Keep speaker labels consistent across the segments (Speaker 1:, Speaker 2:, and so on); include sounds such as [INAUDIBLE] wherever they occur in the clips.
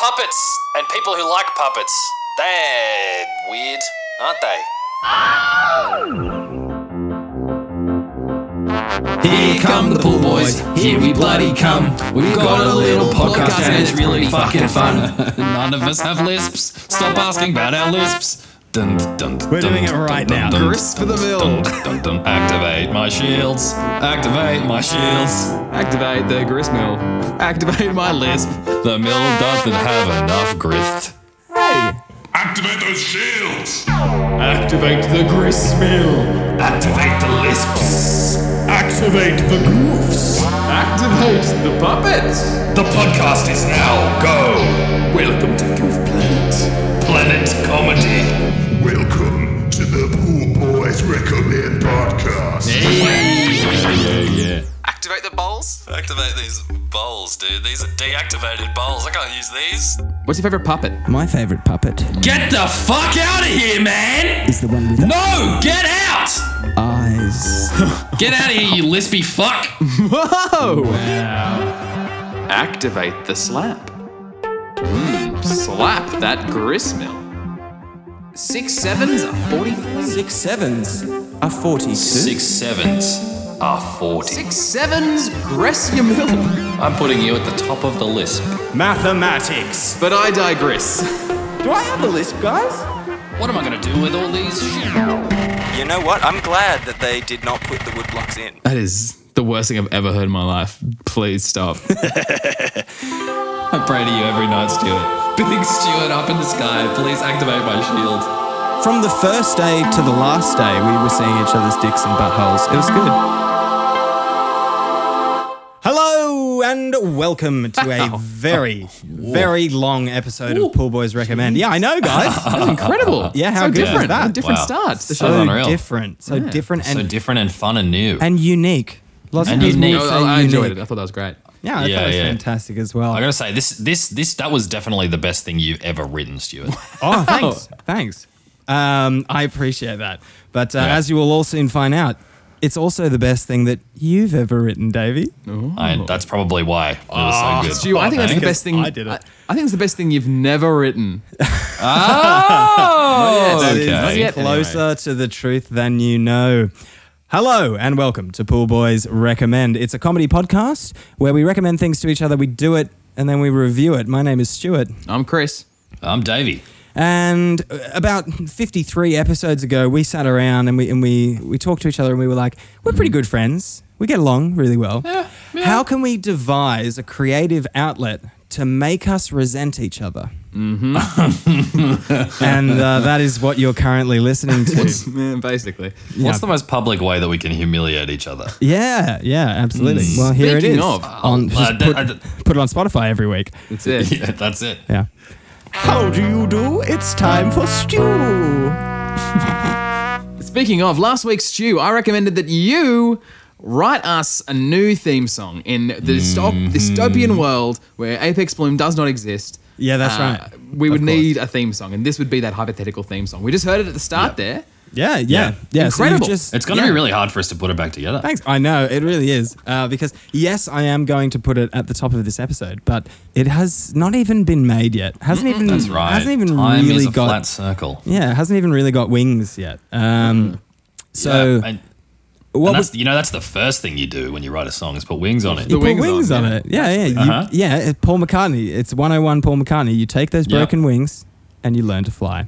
Speaker 1: puppets and people who like puppets. They're weird, aren't they?
Speaker 2: Here come the pool boys. Here we bloody come. We've got a little podcast and it's really fucking fun. [LAUGHS] None of us have lisps. Stop asking about our lisps. Dun, dun, dun,
Speaker 3: We're doing it right now. Grist for the mill.
Speaker 2: dun, dun. Activate my shields. Activate my shields. Activate the grist mill. Activate my lisp. The mill doesn't have enough grist.
Speaker 4: Activate those shields!
Speaker 2: Activate the grist mill.
Speaker 4: Activate the lisps! Activate the grooves!
Speaker 2: Activate the puppets.
Speaker 4: The podcast is now go! Welcome to Goof Planet. Planet Comedy. Welcome to the Pool Boys Recommend Podcast.
Speaker 1: Activate the bowls? Activate these bowls, dude. These are deactivated bowls. I can't use these.
Speaker 2: What's your favorite puppet?
Speaker 5: My favourite puppet
Speaker 2: Get the fuck out of here, man!
Speaker 5: is the one with
Speaker 2: No, get out!
Speaker 5: eyes.
Speaker 2: [LAUGHS] Get out of here, you lispy fuck!
Speaker 6: Activate the slap. Mm, slap that grist mill. Six sevens are 44.
Speaker 5: Six sevens are 42.
Speaker 1: Six sevens are 40.
Speaker 6: Six sevens, gress your mill.
Speaker 1: I'm putting you at the top of the list.
Speaker 3: Mathematics.
Speaker 6: But I digress.
Speaker 5: Do I have a lisp, guys?
Speaker 1: What am I gonna do with all these shit?
Speaker 7: You know what? I'm glad that they did not put the wood blocks in.
Speaker 2: That is the worst thing I've ever heard in my life. Please
Speaker 1: [LAUGHS]
Speaker 2: stop. I pray to you every night, Stuart. Big Stuart up in the sky, please activate my shield.
Speaker 5: From the first day to the last day, we were seeing each other's dicks and buttholes. It was good.
Speaker 3: Hello and welcome to a very, very long episode of Pool Boys Recommend. Yeah, I know,
Speaker 5: [LAUGHS]
Speaker 3: guys.
Speaker 2: Incredible.
Speaker 3: Yeah, how
Speaker 2: so
Speaker 3: good was
Speaker 2: different.
Speaker 3: that?
Speaker 2: A different
Speaker 3: Wow.
Speaker 2: start. to the show.
Speaker 3: so
Speaker 2: Unreal.
Speaker 3: different, so different, and
Speaker 1: So different and fun and new.
Speaker 3: and unique. Lots
Speaker 1: And
Speaker 3: of people
Speaker 1: unique.
Speaker 3: say
Speaker 2: I, I enjoyed
Speaker 3: unique.
Speaker 2: it. I thought that was great.
Speaker 3: Yeah, I
Speaker 1: Yeah,
Speaker 3: thought it was
Speaker 1: yeah.
Speaker 3: fantastic as well.
Speaker 1: I gotta say, this, this, this, that was definitely the best thing you've ever written, Stuart.
Speaker 3: Oh, thanks. thanks. Um, I appreciate that. But uh,
Speaker 1: Yeah.
Speaker 3: as you will all soon find out, it's also the best thing that you've ever written, Davey.
Speaker 1: I, that's probably why it was so good.
Speaker 2: Stu, Ah, I think that's the
Speaker 3: thanks.
Speaker 2: best thing.
Speaker 3: Oh, I did it.
Speaker 2: I, I think it's the best thing you've never written.
Speaker 3: That
Speaker 2: oh,
Speaker 3: is
Speaker 1: okay.
Speaker 2: yet,
Speaker 3: closer to the truth than you know. Hello and welcome to Pool Boys Recommend. It's a comedy podcast where we recommend things to each other, we do it, and then we review it. My name is Stuart.
Speaker 2: I'm Chris.
Speaker 1: I'm Davey.
Speaker 3: And uh, about 53 episodes ago, we sat around and we, and we, we talked to each other and we were like, we're pretty good friends. We get along really well. How can we devise a creative outlet to make us resent each other? Mm-hmm. [LAUGHS] and uh, that is what you're currently listening
Speaker 2: [LAUGHS]
Speaker 3: to.
Speaker 2: Yeah, basically.
Speaker 1: What's the most public way that we can humiliate each
Speaker 3: [LAUGHS]
Speaker 1: other?
Speaker 3: yeah, yeah, absolutely. Well, here it
Speaker 2: Speaking
Speaker 3: is.
Speaker 2: of,
Speaker 3: on,
Speaker 1: Uh,
Speaker 3: just
Speaker 1: that-
Speaker 3: put,
Speaker 1: I- that-
Speaker 3: put it on Spotify every week.
Speaker 2: That's it.
Speaker 1: yeah, that's it.
Speaker 3: Yeah.
Speaker 5: How do you do? It's time for stew.
Speaker 2: Speaking of last week's stew, I recommended that you write us a new theme song in the
Speaker 3: Hmm.
Speaker 2: dysto- dystopian world where Apex Bloom does not exist.
Speaker 3: Yeah, that's
Speaker 2: Uh,
Speaker 3: right.
Speaker 2: We
Speaker 3: Of
Speaker 2: would
Speaker 3: course.
Speaker 2: need a theme song, and this would be that hypothetical theme song. We just heard it at the start there.
Speaker 3: Yeah, yeah, yeah. So you've
Speaker 2: Incredible.
Speaker 3: just-
Speaker 1: It's gonna
Speaker 3: yeah.
Speaker 1: be really hard for us to put it back together.
Speaker 3: Thanks. I know it really is uh, because yes, I am going to put it at the top of this episode, but it has not even been made yet. hasn't even
Speaker 1: That's right.
Speaker 3: hasn't even
Speaker 1: Time
Speaker 3: really
Speaker 1: is a
Speaker 3: got
Speaker 1: flat circle.
Speaker 3: yeah hasn't even really got wings yet. Um, so
Speaker 1: and,
Speaker 3: what
Speaker 1: and
Speaker 3: was
Speaker 1: that's, you know, that's the first thing you do when you write a song is put wings on it.
Speaker 3: you
Speaker 2: The
Speaker 3: put wings,
Speaker 2: wings
Speaker 3: on,
Speaker 2: on,
Speaker 3: it? Yeah, yeah, you,
Speaker 1: Uh-huh.
Speaker 3: yeah. it- Paul McCartney. It's 101 Paul McCartney. You take those
Speaker 1: Yeah.
Speaker 3: broken wings and you learn to fly.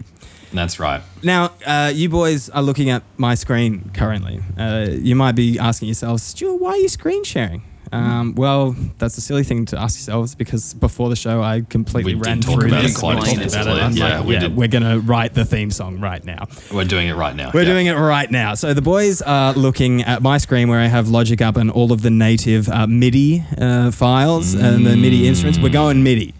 Speaker 1: That's right.
Speaker 3: Now, uh, you boys are looking at my screen currently. Uh, you might be asking yourselves, Stuart, why are you screen sharing? Um, well, that's a silly thing to ask yourselves because before the show, I completely
Speaker 1: We did
Speaker 3: ran
Speaker 1: talk
Speaker 3: through
Speaker 1: about
Speaker 3: this.
Speaker 1: it quite
Speaker 3: and talked
Speaker 1: extensively.
Speaker 3: about it. I'm
Speaker 1: Yeah,
Speaker 3: like,
Speaker 1: we
Speaker 3: yeah,
Speaker 1: did.
Speaker 3: we're going to write the theme song right now.
Speaker 1: We're doing it right now.
Speaker 3: We're doing it right now. So the boys are looking at my screen where I have Logic up and all of the native uh, MIDI uh, files and the MIDI instruments. We're going MIDI.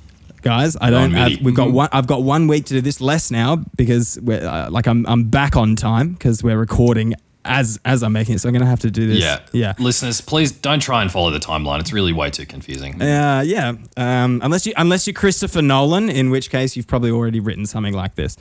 Speaker 3: Guys, I don't.
Speaker 1: Mm. Going
Speaker 3: I've,
Speaker 1: MIDI. Mm-hmm.
Speaker 3: we've got one. I've got one week to do this less now because we're uh, like I'm. I'm back on time because we're recording as as I'm making it. So I'm gonna have to do this.
Speaker 1: Yeah.
Speaker 3: yeah.
Speaker 1: Listeners, please don't try and follow the timeline. It's really way too confusing.
Speaker 3: Uh, yeah. Um, unless you unless you're Christopher Nolan, in which case you've probably already written something like this.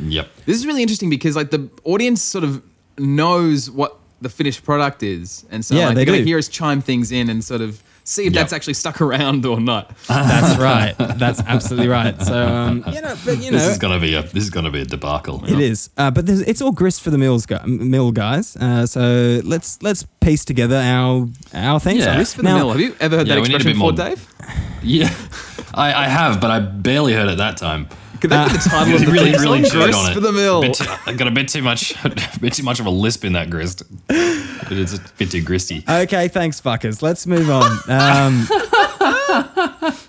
Speaker 1: Yep.
Speaker 2: This is really interesting because like the audience sort of knows what the finished product is, and so
Speaker 3: Yeah,
Speaker 2: like
Speaker 3: they
Speaker 2: are gonna
Speaker 3: do.
Speaker 2: hear us chime things in and sort of see if that's actually stuck around or not.
Speaker 3: That's right. That's absolutely right.
Speaker 1: [LAUGHS]
Speaker 3: So um, you know, but you know,
Speaker 1: This is gonna be a this is gonna be a debacle.
Speaker 3: It is, uh, but there's- it's all grist for the mills, gu- mill guys. Uh, so let's let's piece together our our things.
Speaker 1: Yeah. Grist
Speaker 2: For the mill. Have you ever heard
Speaker 1: Yeah,
Speaker 2: that
Speaker 1: we need a
Speaker 2: expression
Speaker 1: bit
Speaker 2: before,
Speaker 1: more-
Speaker 2: Dave?
Speaker 1: Yeah, [LAUGHS] I, I have, but I barely heard it that time.
Speaker 2: Could that be the
Speaker 3: uh, [LAUGHS]
Speaker 2: title of
Speaker 1: It
Speaker 2: the
Speaker 1: really,
Speaker 2: theme
Speaker 1: really
Speaker 2: song?
Speaker 1: chewed
Speaker 2: Grist
Speaker 1: on it.
Speaker 2: for the mill.
Speaker 1: Bit too- I got a bit too much, [LAUGHS] a bit too much of a lisp in that grist. It's a bit too gristy.
Speaker 3: Okay, thanks, fuckers. Let's move on.
Speaker 2: [LAUGHS]
Speaker 3: Um,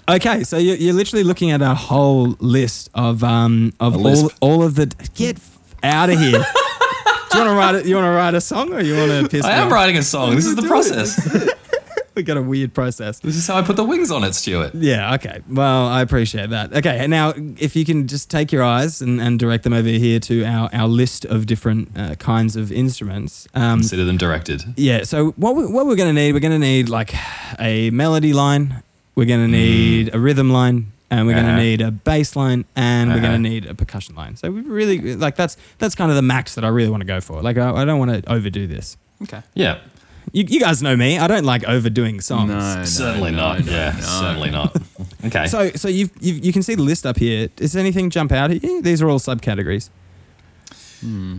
Speaker 3: okay, so you're, you're literally looking at a whole list of um of all,
Speaker 1: lisp.
Speaker 3: all of the get out of
Speaker 2: [LAUGHS]
Speaker 3: here. Do you want to write it? You want to write a song, or you want to piss?
Speaker 1: I
Speaker 3: me
Speaker 1: am
Speaker 3: off?
Speaker 1: writing a song. This is the process.
Speaker 3: We got a weird process.
Speaker 1: This is how I put the wings on it, Stuart.
Speaker 3: Yeah, okay. Well, I appreciate that. Okay, and now if you can just take your eyes and, and direct them over here to our, our list of different uh, kinds of instruments. Um,
Speaker 1: Consider them directed.
Speaker 3: yeah, so what, we, what we're going to need, we're going to need like a melody line, we're going to need a rhythm line, and we're going
Speaker 1: Hmm. Uh-huh.
Speaker 3: to need a bass line, and we're
Speaker 1: Uh-huh.
Speaker 3: going to need a percussion line. So we really, like, that's that's kind of the max that I really want to go for. Like, I, I don't want to overdo this.
Speaker 2: Okay.
Speaker 1: Yeah,
Speaker 3: You, you guys know me, I don't like overdoing
Speaker 2: Oh,
Speaker 3: songs.
Speaker 1: certainly not. yeah, certainly not. [LAUGHS] Okay.
Speaker 3: So, so you've, you've you can see the list up here. Does anything jump out at you? These are all subcategories:
Speaker 1: Hmm.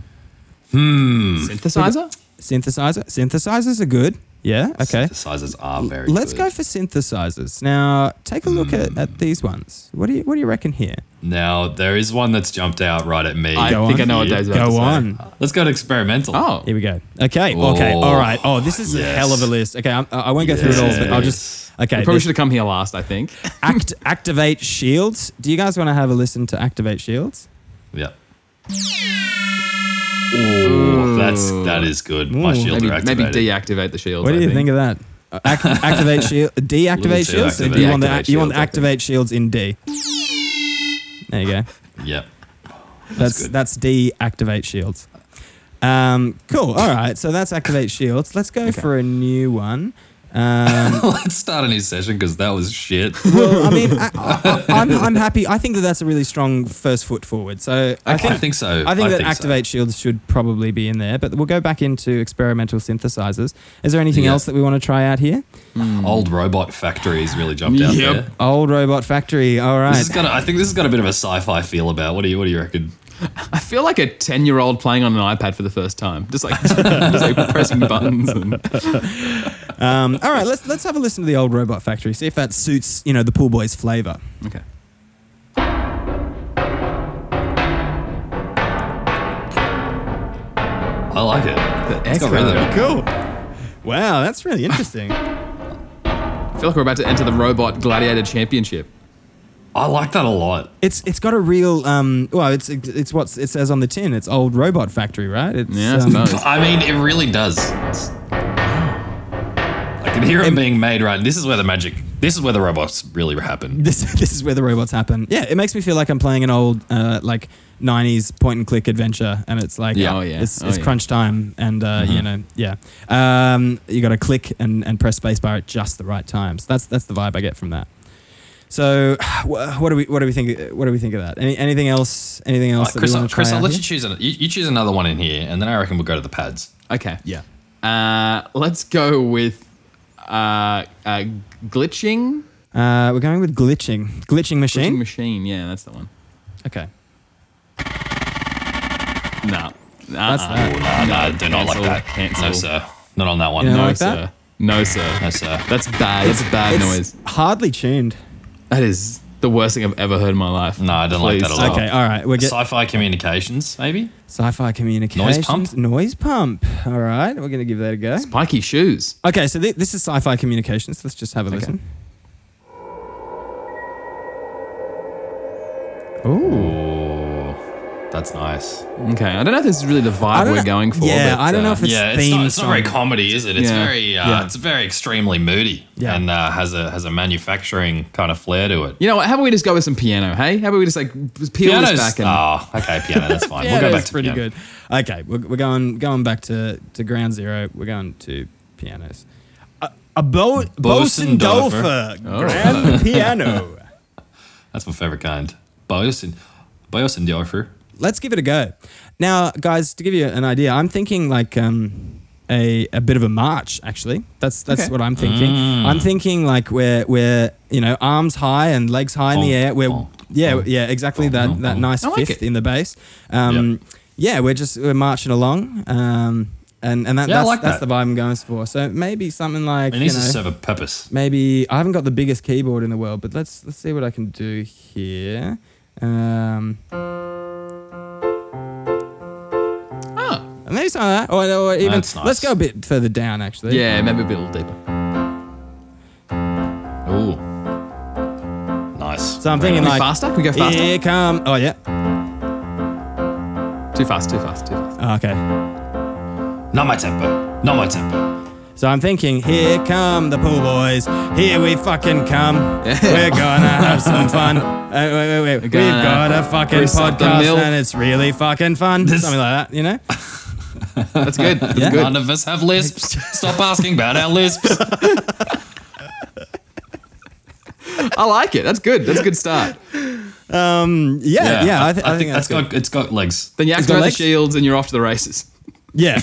Speaker 2: Synthesizer?
Speaker 3: synthesizer, synthesizers are good. Yeah. Okay.
Speaker 1: Synthesizers are very.
Speaker 3: Let's
Speaker 1: good. Hmm.
Speaker 3: go for synthesizers. Now, take a look at, at these ones. What do you what do you reckon here?
Speaker 1: Now there is one that's jumped out right at me.
Speaker 2: I
Speaker 3: Go
Speaker 2: think
Speaker 3: on.
Speaker 2: I know what Dave's about to
Speaker 3: Go
Speaker 2: say.
Speaker 3: on.
Speaker 1: Let's go to experimental.
Speaker 2: Oh.
Speaker 3: Here we go. Okay.
Speaker 1: Oh,
Speaker 3: okay. All right. Oh, this is a
Speaker 1: yes.
Speaker 3: hell of a list. Okay. I'm, I won't go through it all, but I'll just okay.
Speaker 2: We probably
Speaker 3: this-
Speaker 2: should have come here last,
Speaker 1: [LAUGHS]
Speaker 2: I think.
Speaker 3: act, activate shields. Do you guys want to have a listen to activate shields?
Speaker 1: Yeah. Oh, that's that is good. My shield
Speaker 2: Maybe,
Speaker 1: are
Speaker 2: maybe
Speaker 1: activated.
Speaker 2: deactivate the shields.
Speaker 3: What do
Speaker 2: I
Speaker 3: you think of that? Uh, Act, activate [LAUGHS] shield, deactivate
Speaker 1: Little
Speaker 3: shields. So do you want the
Speaker 1: deactivate
Speaker 3: you want
Speaker 1: shields,
Speaker 3: the
Speaker 1: I think.
Speaker 3: activate shields in D? There you go. [LAUGHS]
Speaker 1: Yep.
Speaker 3: That's
Speaker 1: good.
Speaker 3: that's, deactivate shields. Um, cool. All right. So that's activate shields. Let's go for a new [LAUGHS] one. Um,
Speaker 1: Let's start a new session because that was shit.
Speaker 3: well, I mean, I, I, I'm I'm happy. I think that that's a really strong first foot forward. So [LAUGHS] I
Speaker 1: I
Speaker 3: think.
Speaker 1: think so.
Speaker 3: I think that
Speaker 1: so.
Speaker 3: activate shields should probably be in there, but we'll go back into experimental synthesizers. Is there anything
Speaker 1: Yeah.
Speaker 3: else that we want to try out here?
Speaker 1: Mm. Old robot factories really jumped out
Speaker 2: Yep.
Speaker 1: there.
Speaker 3: Old Robot Factory. All right.
Speaker 1: This has got a, I think this has got a bit of a sci-fi feel about. What do you What do you reckon?
Speaker 2: I feel like a 10 year old playing on an iPad for the first time. Just like, [LAUGHS] just like
Speaker 3: [LAUGHS]
Speaker 2: pressing buttons. And,
Speaker 3: Um, all right, let's let's have a listen to the old Robot Factory. See if that suits you know the pool boys flavor.
Speaker 2: okay.
Speaker 1: I like it.
Speaker 2: The
Speaker 1: got
Speaker 2: echo.
Speaker 1: rhythm.
Speaker 3: Cool. Wow, that's really interesting.
Speaker 2: I feel like we're about to enter the Robot Gladiator Championship.
Speaker 1: I like that a lot.
Speaker 3: it's it's got a real um. Well, it's it's what it says on the tin. It's old Robot Factory, right? It's,
Speaker 2: Yeah, I
Speaker 3: um,
Speaker 2: suppose.
Speaker 1: I mean, it really does. It's- I can hear it being made right. This is where the magic. This is where the robots really happen.
Speaker 3: This [LAUGHS] this is where the robots happen. Yeah, it makes me feel like I'm playing an old uh, like '90s point and click adventure, and it's like
Speaker 2: Yeah. Oh, yeah.
Speaker 3: it's,
Speaker 2: Oh,
Speaker 3: it's
Speaker 2: yeah. Mm-hmm.
Speaker 3: crunch time, and uh, you know yeah, um, you got to click and and press spacebar at just the right times. that's that's the vibe I get from that. So [SIGHS] wha- what do we what do we think what do we think of that? Any, anything else? Anything else?
Speaker 1: Uh,
Speaker 3: that
Speaker 1: Chris,
Speaker 3: we wanna
Speaker 1: I'll- Chris, I'll
Speaker 3: try out
Speaker 1: let
Speaker 3: here?
Speaker 1: you choose. An, you, you choose another one in here, and then I reckon we'll go to the pads.
Speaker 2: Okay.
Speaker 3: Yeah.
Speaker 2: Uh, let's go with uh, uh, glitching.
Speaker 3: Uh, we're going with glitching, glitching machine.
Speaker 2: Glitching machine. Yeah, that's the one.
Speaker 3: okay.
Speaker 2: No.
Speaker 3: That's
Speaker 2: Uh-uh.
Speaker 3: that.
Speaker 1: Oh, no, no,
Speaker 2: no,
Speaker 1: do not like that.
Speaker 2: cancel,
Speaker 1: No,
Speaker 2: cancel.
Speaker 1: sir. Not on that one.
Speaker 3: You
Speaker 1: No,
Speaker 3: don't
Speaker 2: No,
Speaker 3: like
Speaker 2: sir.
Speaker 3: that?
Speaker 2: No, sir.
Speaker 1: no, sir.
Speaker 2: That's bad. That's bad
Speaker 3: It's
Speaker 2: noise.
Speaker 3: Hardly tuned.
Speaker 2: That is the worst thing I've ever heard in my life.
Speaker 1: No, I don't like that at all.
Speaker 2: stop.
Speaker 3: Okay, all right. We're get
Speaker 1: Sci-fi communications, maybe.
Speaker 3: sci-fi communications. Noise pump. All right, we're gonna give that a go.
Speaker 2: Spiky shoes.
Speaker 3: Okay, so thi- this is sci-fi communications. Let's just have a listen.
Speaker 1: Hmm. Ooh, that's nice.
Speaker 2: Okay, I don't know if this is really the
Speaker 3: I
Speaker 2: vibe
Speaker 3: don't
Speaker 2: we're
Speaker 3: know-
Speaker 2: going for.
Speaker 3: yeah,
Speaker 2: but,
Speaker 3: I don't know
Speaker 2: uh,
Speaker 3: if it's
Speaker 1: yeah, it's
Speaker 3: theme
Speaker 1: not, it's not very
Speaker 3: song.
Speaker 1: comedy, is it? It's
Speaker 2: Yeah.
Speaker 1: very, uh,
Speaker 3: Yeah.
Speaker 1: it's very extremely moody,
Speaker 3: Yeah.
Speaker 1: and uh, has a has a manufacturing kind of flair to it.
Speaker 2: You know what? How about we just go with some piano? Hey, how about we just like peel this back and
Speaker 1: oh, okay, piano. That's fine.
Speaker 3: Yeah,
Speaker 1: we'll go
Speaker 3: that's
Speaker 1: back to
Speaker 3: pretty
Speaker 1: piano.
Speaker 3: good. Okay, we're, we're going going back to, to ground zero. We're going to pianos. A, a bo-
Speaker 1: Bosendorfer.
Speaker 3: Bosendorfer grand [LAUGHS] piano.
Speaker 1: That's my favorite kind. Boyosin, Boyosendorfer.
Speaker 3: let's give it a go. Now, guys, to give you an idea, I'm thinking like um, a, a bit of a march. Actually, that's that's
Speaker 2: Okay.
Speaker 3: what I'm thinking. I'm thinking like we're we're you know arms high and legs high in the air. We're
Speaker 1: bonk,
Speaker 3: yeah yeah exactly that that nice
Speaker 2: I like
Speaker 3: fifth
Speaker 2: it.
Speaker 3: in the bass. Um, Yeah, we're just we're marching along. Um, and and that,
Speaker 1: Yeah, I
Speaker 3: that's,
Speaker 1: like
Speaker 3: that's
Speaker 1: that.
Speaker 3: the vibe I'm going for. So maybe something like
Speaker 1: It
Speaker 3: you
Speaker 1: needs to
Speaker 3: know,
Speaker 1: serve a purpose.
Speaker 3: maybe I haven't got the biggest keyboard in the world, but let's let's see what I can do here. Um,
Speaker 2: Ah.
Speaker 3: and maybe something like that, or, or even
Speaker 1: That's nice.
Speaker 3: let's go a bit further down actually.
Speaker 2: Yeah, maybe a bit little deeper.
Speaker 1: Ooh. Nice.
Speaker 3: So I'm thinking
Speaker 2: Can we
Speaker 3: like
Speaker 2: faster? Can we go faster?
Speaker 3: Here come. Oh yeah.
Speaker 2: Too fast, too fast, too fast.
Speaker 3: Oh, okay.
Speaker 1: Not my tempo. Not my tempo.
Speaker 3: So I'm thinking, here come the pool boys. Here we fucking come.
Speaker 2: [LAUGHS]
Speaker 3: We're gonna have some fun. Uh, wait, wait, wait. We've
Speaker 2: gonna
Speaker 3: got a fucking
Speaker 2: grease up the
Speaker 3: podcast
Speaker 2: mill.
Speaker 3: and it's really fucking fun. Something like that,
Speaker 2: [LAUGHS]
Speaker 3: you know?
Speaker 2: That's good.
Speaker 3: [LAUGHS]
Speaker 2: That's good.
Speaker 1: None of us have lisps. Stop asking about our lisps. [LAUGHS]
Speaker 2: I like it. That's good. That's a good start.
Speaker 3: Um, yeah, yeah. I, th- I, think, that's
Speaker 1: got it's got legs.
Speaker 2: Then you
Speaker 3: He's got
Speaker 2: activate the
Speaker 3: legs?
Speaker 2: shields and you're off to the races.
Speaker 3: Yeah. [LAUGHS]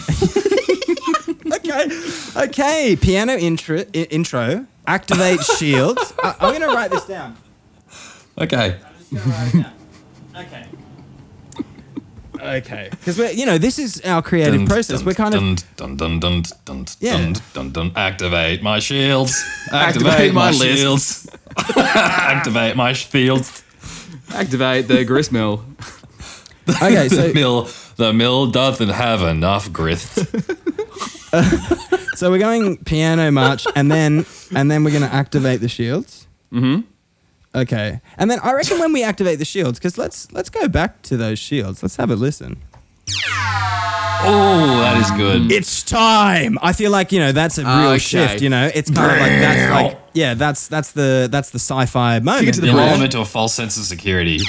Speaker 3: okay. Okay. Piano intro. I- intro. Activate shields. [LAUGHS] I- I'm gonna write this down.
Speaker 1: Okay.
Speaker 3: Okay. Okay. Because we're, you know, this is our creative process. we're kind of
Speaker 1: dun dun dun dun
Speaker 3: Yeah.
Speaker 1: dun dun dun. Activate my
Speaker 3: [LAUGHS]
Speaker 1: shields. Activate,
Speaker 2: Activate
Speaker 1: my,
Speaker 2: my
Speaker 1: shields. [LAUGHS] Activate my shields.
Speaker 2: Activate the grist mill.
Speaker 3: [LAUGHS]
Speaker 1: [LAUGHS]
Speaker 3: okay.
Speaker 1: The
Speaker 3: So
Speaker 1: mill, the mill doesn't have enough
Speaker 3: [LAUGHS]
Speaker 1: grist.
Speaker 3: so we're going piano march, and then and then we're gonna activate the shields. Mm-hmm. Okay. And then I reckon when we activate the shields, because let's let's go back to those shields. Let's have a listen.
Speaker 1: Oh, that is good.
Speaker 3: it's time. I feel like you know that's a real
Speaker 2: okay.
Speaker 3: shift. You know, it's kind of like that's like yeah, that's that's the that's the sci-fi moment.
Speaker 2: to the
Speaker 1: The
Speaker 3: you know?
Speaker 1: enrollment to a false sense of security.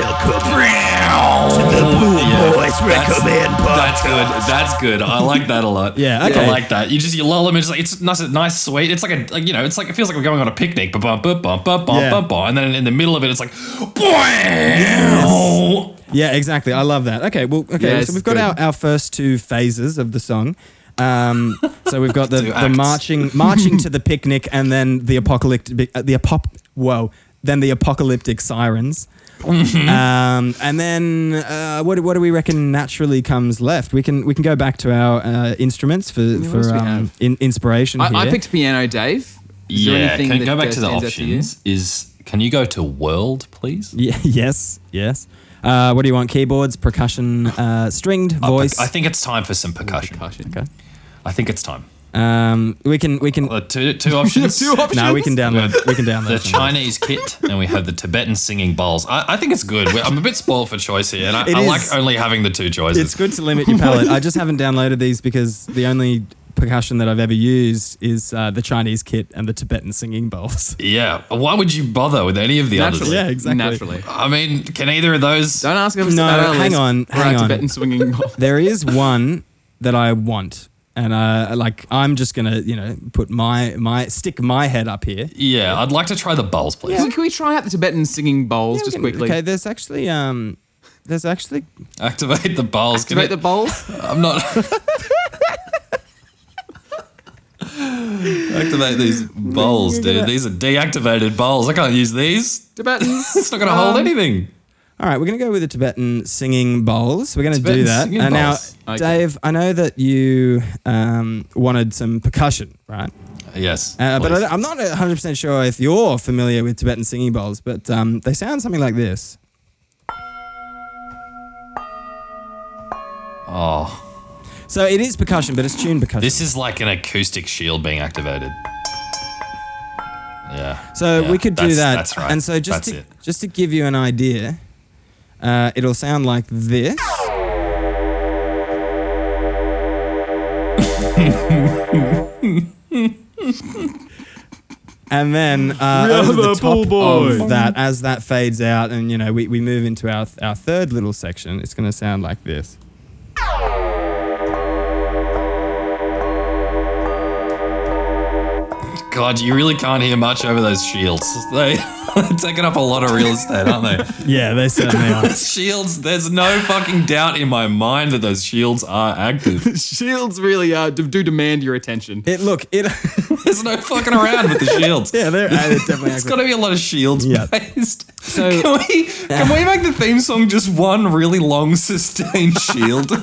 Speaker 4: Welcome to the Pool Boys Recommend
Speaker 1: That's good.
Speaker 4: Podcast.
Speaker 1: That's good. I like that a lot.
Speaker 3: Yeah, okay.
Speaker 1: I like that. You just you lull them. It's like it's nice, nice, sweet. It's like a like, you know. It's like it feels like we're going on a picnic. Ba bum ba bum ba bum
Speaker 3: Yeah.
Speaker 1: ba bum. And then in the middle of it, it's like. Yes.
Speaker 3: Yeah, exactly. I love that. Okay, well, okay.
Speaker 2: Yes,
Speaker 3: so we've got
Speaker 2: good.
Speaker 3: our, our first two phases of the song.
Speaker 2: [LAUGHS]
Speaker 3: Um, so we've got the, the
Speaker 1: acts.
Speaker 3: marching marching to the picnic, and then the apocalyptic uh, the apop whoa, then the apocalyptic sirens.
Speaker 2: Mm-hmm.
Speaker 3: Um, and then uh, what do- what do we reckon naturally comes left? We can we can go back to our uh, instruments for
Speaker 2: else
Speaker 3: for
Speaker 2: we
Speaker 3: um,
Speaker 2: have?
Speaker 3: in, inspiration here.
Speaker 2: I, I picked piano, Dave. Is there
Speaker 1: yeah.
Speaker 2: anything
Speaker 1: Can
Speaker 2: that,
Speaker 1: go back
Speaker 2: uh,
Speaker 1: to the
Speaker 2: stands out you?
Speaker 1: options. Is can you go to world, please?
Speaker 3: [LAUGHS] Ye- yes, yes. Uh, what do you want? Keyboards, percussion, uh, stringed voice.
Speaker 1: I think it's time for some percussion.
Speaker 2: Percussion.
Speaker 3: Okay.
Speaker 1: I think it's time.
Speaker 3: Um, we can we can.
Speaker 1: Uh, two two
Speaker 3: [LAUGHS]
Speaker 1: options.
Speaker 2: Two options.
Speaker 3: No, we can download. we can download.
Speaker 1: the
Speaker 3: some.
Speaker 1: Chinese kit, and we have the Tibetan singing bowls. I, I think it's good. We're- I'm a bit spoiled for choice here, and I,
Speaker 3: It
Speaker 1: I
Speaker 3: is.
Speaker 1: like only having the two choices.
Speaker 3: It's good to limit your palette. I just haven't downloaded these because the only percussion that I've ever used is uh, the Chinese kit and the Tibetan singing bowls. [LAUGHS]
Speaker 1: yeah. Why would you bother with any of the
Speaker 2: Naturally.
Speaker 1: others?
Speaker 3: Yeah, exactly.
Speaker 2: Naturally.
Speaker 1: I mean, can either of those?
Speaker 2: Don't ask if it's
Speaker 3: No,
Speaker 2: about
Speaker 3: hang
Speaker 2: Alice
Speaker 3: on,
Speaker 2: or
Speaker 3: hang
Speaker 2: our
Speaker 3: on.
Speaker 2: Tibetan swinging. ball.
Speaker 3: There is one that I want, and uh, like I'm just gonna you know put my my stick my head up here.
Speaker 1: Yeah, I'd like to try the bowls, please.
Speaker 2: [LAUGHS] Can, can we try out the Tibetan singing bowls
Speaker 3: Yeah, we
Speaker 2: just
Speaker 3: can-
Speaker 2: quickly?
Speaker 3: Okay, there's actually um, there's actually
Speaker 1: Activate the bowls. Can
Speaker 2: Activate the
Speaker 1: it-
Speaker 2: bowls.
Speaker 1: I'm
Speaker 3: [LAUGHS]
Speaker 1: not. Activate these bowls,
Speaker 3: [LAUGHS]
Speaker 1: dude. These are deactivated bowls. I can't use these.
Speaker 2: Tibetans.
Speaker 1: It's not going to hold [LAUGHS]
Speaker 2: Um,
Speaker 1: anything.
Speaker 3: All right, we're going to go with the Tibetan singing bowls. We're going to do
Speaker 1: Tibetan
Speaker 3: that.
Speaker 1: singing
Speaker 3: And now,
Speaker 1: bowls.
Speaker 2: Okay.
Speaker 3: Dave, I know that you um, wanted some percussion, right?
Speaker 1: Yes.
Speaker 3: Uh, but I,
Speaker 1: please.
Speaker 3: don't- I'm not 100% sure if you're familiar with Tibetan singing bowls, but um, they sound something like this.
Speaker 1: oh.
Speaker 3: So it is percussion, but it's tuned percussion.
Speaker 1: This is like an acoustic shield being activated. Yeah.
Speaker 3: so
Speaker 1: yeah,
Speaker 3: we could do
Speaker 1: that's-
Speaker 3: that.
Speaker 1: That's right.
Speaker 3: And so just
Speaker 1: that's
Speaker 3: to,
Speaker 1: it.
Speaker 3: just to give you an idea, uh, it'll sound like this. [LAUGHS] and then uh, over the top of that, as that fades out, and you know we, we move into our our third little section, it's going to sound like this.
Speaker 1: God, you really can't hear much over those shields. [LAUGHS] They, they're taking up a lot of real estate, aren't
Speaker 3: [LAUGHS]
Speaker 1: they?
Speaker 3: Yeah, they certainly are.
Speaker 1: shields, there's no fucking doubt in my mind that those shields are active.
Speaker 2: Shields really uh, do, do demand your attention.
Speaker 3: It look it. [LAUGHS]
Speaker 1: There's no fucking around with the shields.
Speaker 3: yeah, they're, uh, they're definitely.
Speaker 1: It's got to be a lot of shields
Speaker 3: Yeah.
Speaker 1: based. So can we can we make the theme song just one really long sustained
Speaker 3: [LAUGHS]
Speaker 1: shield and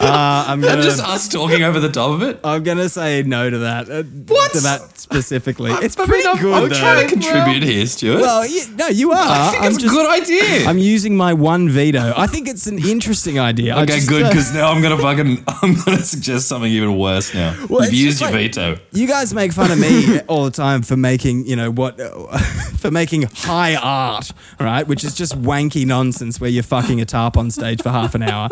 Speaker 3: I'm gonna.
Speaker 1: just us talking over the top of it?
Speaker 3: I'm gonna say no to that. uh,
Speaker 1: What?
Speaker 3: To that specifically. it's
Speaker 1: I mean,
Speaker 3: pretty
Speaker 1: I'm-
Speaker 3: good.
Speaker 1: I'm
Speaker 3: though.
Speaker 1: trying to contribute here, Stuart.
Speaker 3: Oh, Well, you, no, you are.
Speaker 1: I think it's
Speaker 3: I'm just-
Speaker 1: a good idea.
Speaker 3: I'm using my one veto. I think it's an interesting idea. I
Speaker 1: okay,
Speaker 3: just,
Speaker 1: good
Speaker 3: uh,
Speaker 1: because now I'm gonna fucking [LAUGHS] I'm gonna suggest something even worse now.
Speaker 3: Well,
Speaker 1: You've
Speaker 3: it's
Speaker 1: used
Speaker 3: just
Speaker 1: your
Speaker 3: like-
Speaker 1: veto.
Speaker 3: you guys make fun of me [LAUGHS] all the time for making, you know, what, [LAUGHS] for making high art, right? Which is just wanky nonsense where you're fucking a tarp on stage for half an hour.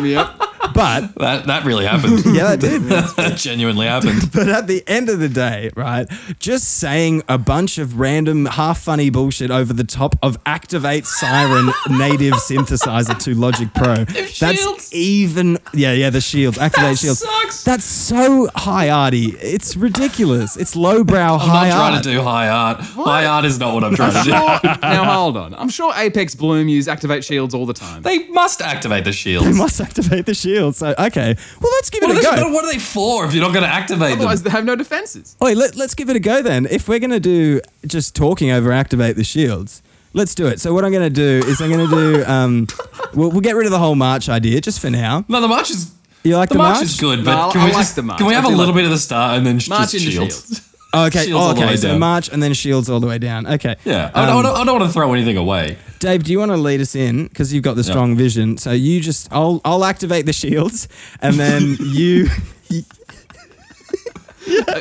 Speaker 2: Yep. [LAUGHS]
Speaker 3: But
Speaker 1: That that really [LAUGHS] happened.
Speaker 3: yeah, that did.
Speaker 1: that genuinely happened.
Speaker 3: But at the end of the day, right, just saying a bunch of random, half funny bullshit over the top of
Speaker 1: [LAUGHS]
Speaker 3: Activate Siren native synthesizer to Logic Pro.
Speaker 1: shields.
Speaker 3: That's even, yeah, yeah, the shields, Activate shields.
Speaker 1: sucks.
Speaker 3: [LAUGHS] That's so high arty. It's ridiculous. It's lowbrow
Speaker 1: I'm
Speaker 3: high
Speaker 1: not trying
Speaker 3: art. [LAUGHS]
Speaker 1: to do high art. High art is not what I'm trying to do.
Speaker 2: now hold on. I'm sure Apex Bloom use activate shields all the time.
Speaker 1: [LAUGHS] They must activate the shields.
Speaker 3: You must activate the shield. So okay, well let's give
Speaker 1: What
Speaker 3: it
Speaker 1: are,
Speaker 3: a
Speaker 1: they,
Speaker 3: go.
Speaker 1: but what are they for if you're not going to activate them?
Speaker 2: Otherwise, they have no defenses.
Speaker 3: Oi, let, let's give it a go then. If we're going to do just talking over activate the shields, let's do it. So what I'm going to do is I'm going to do.
Speaker 1: [LAUGHS]
Speaker 3: Um, we'll, we'll get rid of the whole march idea just for now.
Speaker 1: No, the march is.
Speaker 3: You like the,
Speaker 1: The march is good, but
Speaker 2: No,
Speaker 1: can
Speaker 2: I
Speaker 1: we
Speaker 2: like
Speaker 1: just
Speaker 2: the march.
Speaker 1: can we
Speaker 2: I
Speaker 1: have a
Speaker 2: do
Speaker 1: little
Speaker 2: like-
Speaker 1: bit of the start and then sh-
Speaker 2: March
Speaker 1: just
Speaker 2: into
Speaker 1: shields?
Speaker 2: shields.
Speaker 3: Oh, Okay,
Speaker 1: shields all the
Speaker 3: okay.
Speaker 1: way
Speaker 3: so
Speaker 1: down.
Speaker 3: march and then shields all the way down. Okay.
Speaker 1: Yeah, I,
Speaker 3: Um,
Speaker 1: don't, I don't, I don't want to throw anything away.
Speaker 3: Dave, do you want to lead us in because you've got the strong vision? So you just, I'll, I'll activate the shields, and
Speaker 1: [LAUGHS]
Speaker 3: then you,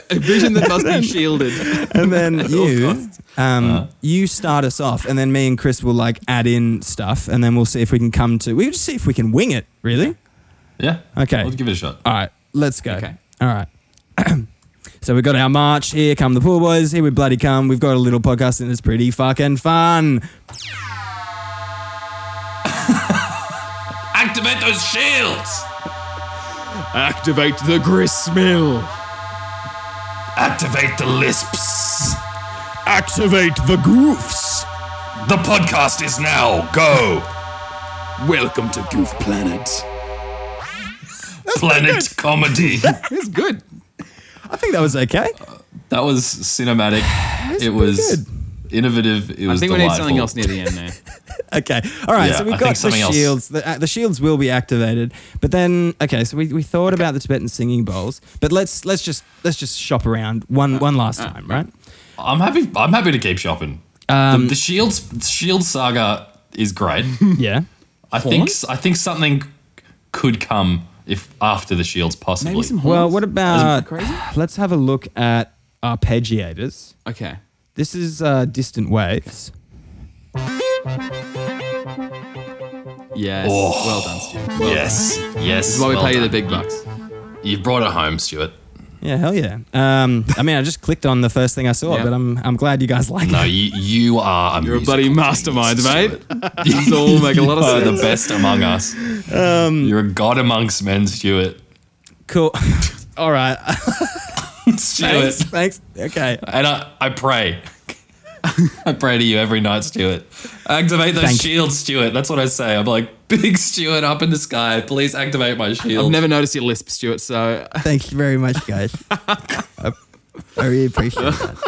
Speaker 2: A vision that must be
Speaker 3: [LAUGHS]
Speaker 2: shielded.
Speaker 3: and then you, um,
Speaker 1: Uh-huh.
Speaker 3: you start us off, and then me and Chris will like add in stuff, and then we'll see if we can come to. We'll just see if we can wing it. Really.
Speaker 1: Yeah.
Speaker 3: Okay.
Speaker 1: Let's give it a shot.
Speaker 3: All right, let's go.
Speaker 2: Okay.
Speaker 3: All right. [CLEARS THROAT] so we've got our march. Here come the pool boys. Here we bloody come. We've got a little podcast and it's pretty fucking fun.
Speaker 1: Activate those shields.
Speaker 2: Activate the grist mill.
Speaker 1: Activate the lisps.
Speaker 8: Activate the goofs. The podcast is now go.
Speaker 2: Welcome to Goof Planet.
Speaker 1: Planet comedy. that
Speaker 2: It's good.
Speaker 3: I think that was okay.
Speaker 1: was cinematic. it was innovative. It was
Speaker 2: I think
Speaker 1: delightful.
Speaker 2: we need something else near the end there.
Speaker 3: Okay. All right.
Speaker 1: Yeah,
Speaker 3: so
Speaker 1: I
Speaker 3: we've
Speaker 1: think
Speaker 3: got the
Speaker 1: something else.
Speaker 3: shields. The, uh, the shields will be activated, but then okay. So we, we thought about the Tibetan singing bowls, but let's let's just let's just shop around
Speaker 1: Uh,
Speaker 3: one one last time, right?
Speaker 1: I'm happy. I'm happy to keep shopping. the, the shields shield saga is great.
Speaker 3: Yeah.
Speaker 1: I think I think something could come if after the shields possibly.
Speaker 2: Maybe some
Speaker 3: Well,
Speaker 2: horns?
Speaker 3: what about?
Speaker 2: crazy?
Speaker 3: Let's have a look at arpeggiators.
Speaker 2: Okay.
Speaker 3: This is uh, distant waves.
Speaker 2: Yes. Well done, Stuart. Well done.
Speaker 1: Yes. Yes.
Speaker 2: This is why we
Speaker 1: well
Speaker 2: pay you the
Speaker 1: done.
Speaker 2: big bucks.
Speaker 1: You brought it home, Stuart.
Speaker 3: Yeah, hell yeah. Um, I mean, I just clicked on the first thing I saw,
Speaker 2: Yeah.
Speaker 3: but I'm I'm glad you guys like
Speaker 1: No,
Speaker 3: it.
Speaker 1: you you are a
Speaker 2: You're a
Speaker 1: musical
Speaker 2: bloody
Speaker 1: genius,
Speaker 2: mastermind, mate.
Speaker 1: Stuart.
Speaker 2: [LAUGHS] These all make a lot of
Speaker 1: You are the
Speaker 2: sense.
Speaker 1: best among us. You're a god amongst men, Stuart.
Speaker 3: Cool. [LAUGHS] All right.
Speaker 1: Stuart,
Speaker 3: Thanks. Thanks. Okay.
Speaker 1: and I, I pray. [LAUGHS] I pray to you every night, Stuart. Activate those
Speaker 3: Thanks.
Speaker 1: shields, Stuart. That's what I say. I'm like, [LAUGHS] big Stuart up in the sky. Please activate my shield.
Speaker 2: I've never noticed your lisp, Stuart, so
Speaker 3: Thank you very much, guys. I, I really appreciate that.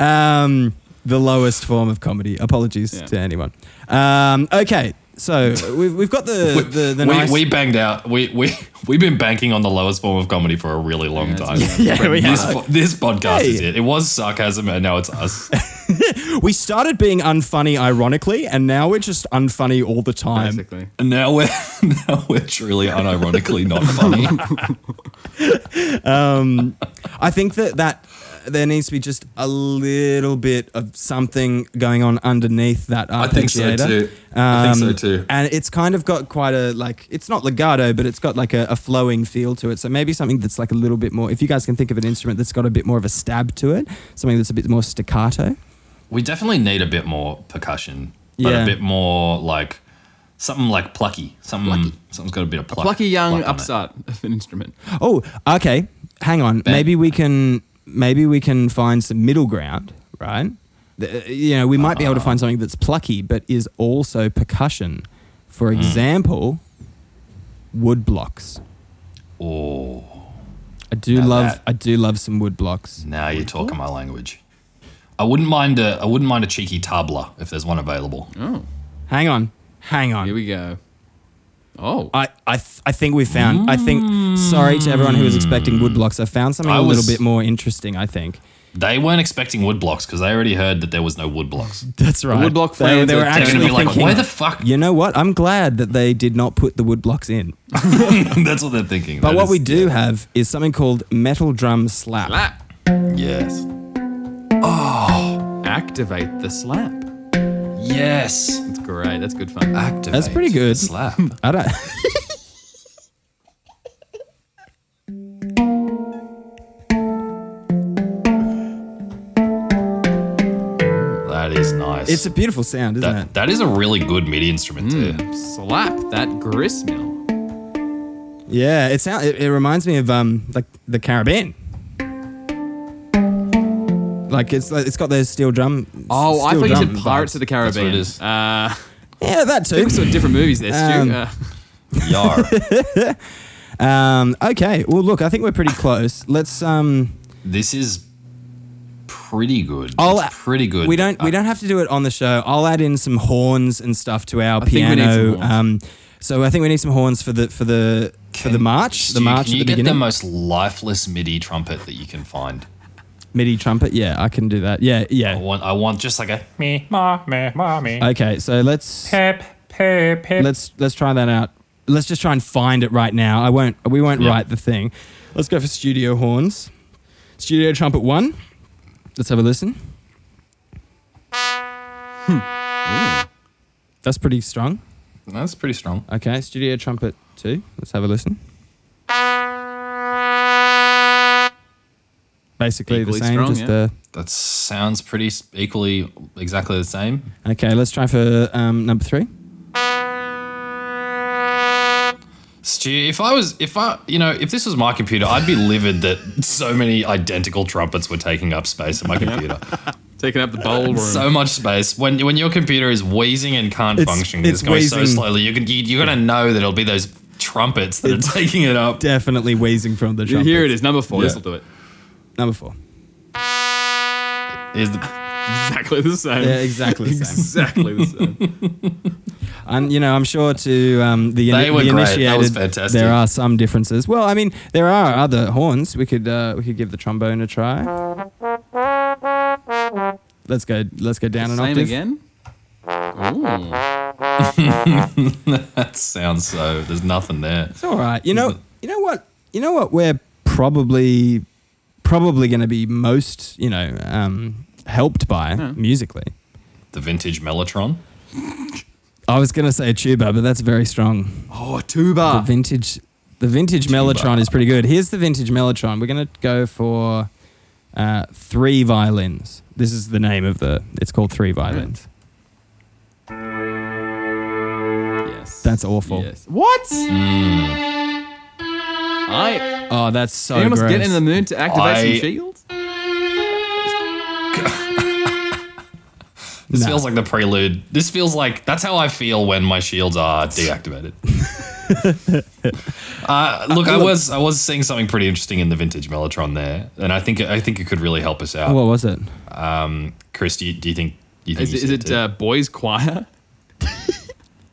Speaker 3: Um, the lowest form of comedy. Apologies to anyone. Um, okay. So we've, we've got the the, the
Speaker 1: we,
Speaker 3: nice.
Speaker 1: we banged out. We we [LAUGHS] we've been banking on the lowest form of comedy for a really long time.
Speaker 3: [LAUGHS] yeah, we,
Speaker 1: This,
Speaker 3: have.
Speaker 1: po- this podcast is
Speaker 3: Hey.
Speaker 1: it. It was sarcasm, and now it's us. [LAUGHS]
Speaker 3: we started being unfunny ironically, and now we're just unfunny all the time.
Speaker 2: basically.
Speaker 1: And now we're [LAUGHS] now we're truly unironically not
Speaker 3: [LAUGHS]
Speaker 1: funny.
Speaker 3: I think that that there needs to be just a little bit of something going on underneath that arpeggiator.
Speaker 1: I think so too. I think so
Speaker 3: Um,
Speaker 1: too.
Speaker 3: And it's kind of got quite a like. It's not legato, but it's got like a, a flowing feel to it. So maybe something that's like a little bit more. If you guys can think of an instrument that's got a bit more of a stab to it, something that's a bit more staccato.
Speaker 1: We definitely need a bit more percussion, but
Speaker 3: Yeah.
Speaker 1: a bit more like something like plucky. Something something's got a bit of pluck.
Speaker 2: Plucky young
Speaker 1: pluck on it.
Speaker 2: upstart of an instrument.
Speaker 3: Oh, okay. Hang on. Maybe we can maybe we can find some middle ground, right? The- uh, you know, we might be able to find something that's plucky, but is also percussion. For
Speaker 1: Hmm.
Speaker 3: example, wood blocks.
Speaker 1: Oh,
Speaker 3: I do love,
Speaker 1: that-
Speaker 3: I do love some wood blocks.
Speaker 1: now you're talking my language. I wouldn't mind a I wouldn't mind a cheeky tabla if there's one available.
Speaker 2: Oh,
Speaker 3: Hang on, hang on.
Speaker 2: here we go. Oh,
Speaker 3: I, I, th- I think we found. I think. Sorry to everyone who was expecting wood blocks. I found something
Speaker 1: I
Speaker 3: a
Speaker 1: was-
Speaker 3: little bit more interesting. I think.
Speaker 1: They weren't expecting wood blocks because they already heard that there was no wood blocks.
Speaker 3: That's right.
Speaker 2: wood block fans are
Speaker 1: They're going to
Speaker 2: Actually
Speaker 1: be like, where the fuck?
Speaker 3: You know what? I'm glad that they did not put the wood blocks in.
Speaker 1: [LAUGHS] That's what they're thinking.
Speaker 3: But
Speaker 1: That
Speaker 3: what
Speaker 1: is-
Speaker 3: we do have is something called metal drum slap.
Speaker 2: slap.
Speaker 1: Yes.
Speaker 2: Activate the slap.
Speaker 1: Yes.
Speaker 2: That's great. That's good fun.
Speaker 1: Activate.
Speaker 3: That's pretty good.
Speaker 1: Slap.
Speaker 3: I don't.
Speaker 1: [LAUGHS]
Speaker 3: [LAUGHS]
Speaker 1: that is nice.
Speaker 3: It's a beautiful sound, isn't
Speaker 1: that,
Speaker 3: it?
Speaker 1: that is a really good MIDI instrument too.
Speaker 2: Hmm. slap that gristmill.
Speaker 3: Yeah, it sound. It, it reminds me of um like the Caribbean. Like it's like, it's got those steel drum.
Speaker 2: Oh, I
Speaker 3: steel
Speaker 2: thought you
Speaker 3: drum
Speaker 2: said Pirates of the
Speaker 1: That's what
Speaker 2: Caribbean.
Speaker 1: it is.
Speaker 2: Uh,
Speaker 3: Yeah, that too.
Speaker 2: sort of different movies there,
Speaker 3: Um,
Speaker 2: Stu. Uh, [LAUGHS]
Speaker 1: Yar.
Speaker 3: [LAUGHS] Um, okay. Well, look, I think we're pretty close. Let's. Um,
Speaker 1: this is pretty good.
Speaker 3: I'll-
Speaker 1: It's pretty good.
Speaker 3: we don't. We
Speaker 1: Uh,
Speaker 3: don't have to do it on the show. I'll add in some horns and stuff to our
Speaker 2: think we need
Speaker 3: piano.
Speaker 2: some horns.
Speaker 3: Um, so I think we need some horns for the for the for the march.
Speaker 1: Stu,
Speaker 3: The march
Speaker 1: Uh, Can
Speaker 3: at
Speaker 1: you
Speaker 3: the
Speaker 1: get
Speaker 3: beginning.
Speaker 1: the most lifeless MIDI trumpet that you can find?
Speaker 3: MIDI trumpet. Yeah, I can do that. Yeah,
Speaker 1: I
Speaker 2: Oh,
Speaker 3: yeah.
Speaker 1: want. I want just like a.
Speaker 9: Me, ma, me, ma, me.
Speaker 3: Okay. So let's
Speaker 9: Pep, pep, pep.
Speaker 3: let's let's try that out. Let's just try and find it right now. I won't. We won't write the thing. Let's go for studio horns. Studio trumpet one. Let's have a listen. Hmm. That's pretty strong.
Speaker 1: That's pretty strong.
Speaker 3: Okay, studio trumpet two. Let's have a listen. Basically
Speaker 2: Equally
Speaker 3: the same.
Speaker 2: strong,
Speaker 3: just
Speaker 2: yeah.
Speaker 3: the.
Speaker 1: That sounds pretty s- equally exactly the same.
Speaker 3: Okay, let's try for um, number three.
Speaker 1: Stu, if I was, if I, you know, if this was my computer, I'd be livid that so many identical trumpets were taking up space in my computer.
Speaker 2: taking up the bowl [LAUGHS] room.
Speaker 1: so much space. When when your computer is wheezing and can't
Speaker 3: It's-
Speaker 1: function, 'cause
Speaker 3: it's
Speaker 1: it's, going so
Speaker 3: wheezing.
Speaker 1: slowly. You can you, you're gonna know that it'll be those trumpets that are taking it up.
Speaker 3: Definitely wheezing from the trumpet.
Speaker 2: Here it is, number four.
Speaker 1: Yeah.
Speaker 2: This will do it.
Speaker 3: Number four.
Speaker 1: Is the, [LAUGHS]
Speaker 2: Exactly the same.
Speaker 3: Yeah, exactly the
Speaker 2: [LAUGHS]
Speaker 3: same.
Speaker 2: Exactly the [LAUGHS] same.
Speaker 3: [LAUGHS] And you know, I'm sure to um, the,
Speaker 1: They
Speaker 3: the
Speaker 1: were great. That
Speaker 3: initiated,
Speaker 1: was fantastic.
Speaker 3: there are some differences. Well, I mean, there are other horns. We could uh, we could give the trombone a try. Let's go. Let's go down an
Speaker 2: same
Speaker 3: octave.
Speaker 2: again. Ooh.
Speaker 1: that sounds so. There's nothing there.
Speaker 3: It's all right. You know. You know what? You know what? We're probably probably going to be most you know um, helped by musically.
Speaker 1: The vintage Mellotron.
Speaker 3: I was going to say tuba, but that's very strong.
Speaker 2: Oh,
Speaker 3: The
Speaker 2: tuba.
Speaker 3: vintage, the vintage Mellotron is pretty good. Here's the vintage Mellotron. We're gonna go for uh, three violins. This is the name of the. It's called Three Violins.
Speaker 2: Yes.
Speaker 3: That's awful.
Speaker 2: Yes. What?
Speaker 3: Mm.
Speaker 2: I.
Speaker 3: Oh, that's so
Speaker 2: Anyone else
Speaker 3: gross.
Speaker 2: get in the mood to activate
Speaker 1: I-
Speaker 2: some shields?
Speaker 1: This
Speaker 3: Nah.
Speaker 1: feels like the prelude. This feels like that's how I feel when my shields are [LAUGHS] deactivated. uh, look, I was I was seeing something pretty interesting in the vintage Mellotron there, and I think I think it could really help us out.
Speaker 3: Oh, what was it?
Speaker 1: um, Chris, do you, do you think? Do you think
Speaker 2: Is
Speaker 1: you
Speaker 2: it, is
Speaker 1: see
Speaker 2: it
Speaker 1: too?
Speaker 2: uh, boys' choir?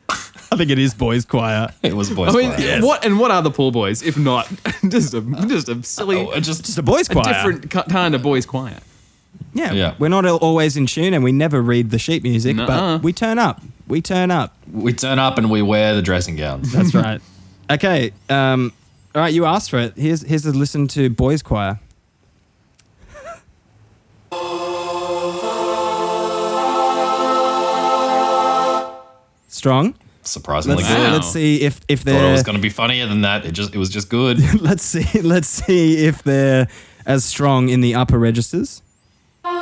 Speaker 3: I think it is boys' choir.
Speaker 1: it was boys.
Speaker 2: I mean,
Speaker 1: choir.
Speaker 2: what and what are the poor boys if not [LAUGHS] just a just a silly,
Speaker 1: Oh, it just
Speaker 3: It's a boys' choir.
Speaker 2: different ki- kind of boys' choir?
Speaker 3: Yeah,
Speaker 1: Yeah.
Speaker 3: we're not al- always in tune, and we never read the sheet music,
Speaker 2: Nuh-uh.
Speaker 3: but we turn up. We turn up.
Speaker 1: we turn up and we wear the dressing gowns.
Speaker 3: That's right. [LAUGHS] okay. Um, all right, you asked for it. Here's here's a listen to boys' choir. Strong.
Speaker 1: Surprisingly
Speaker 3: Let's
Speaker 1: good.
Speaker 2: Wow.
Speaker 3: let's see if if
Speaker 1: Thought it
Speaker 3: they're
Speaker 1: was going to be funnier than that. It just it was just good.
Speaker 3: [LAUGHS] let's see let's see if they're as strong in the upper registers.
Speaker 1: Oh,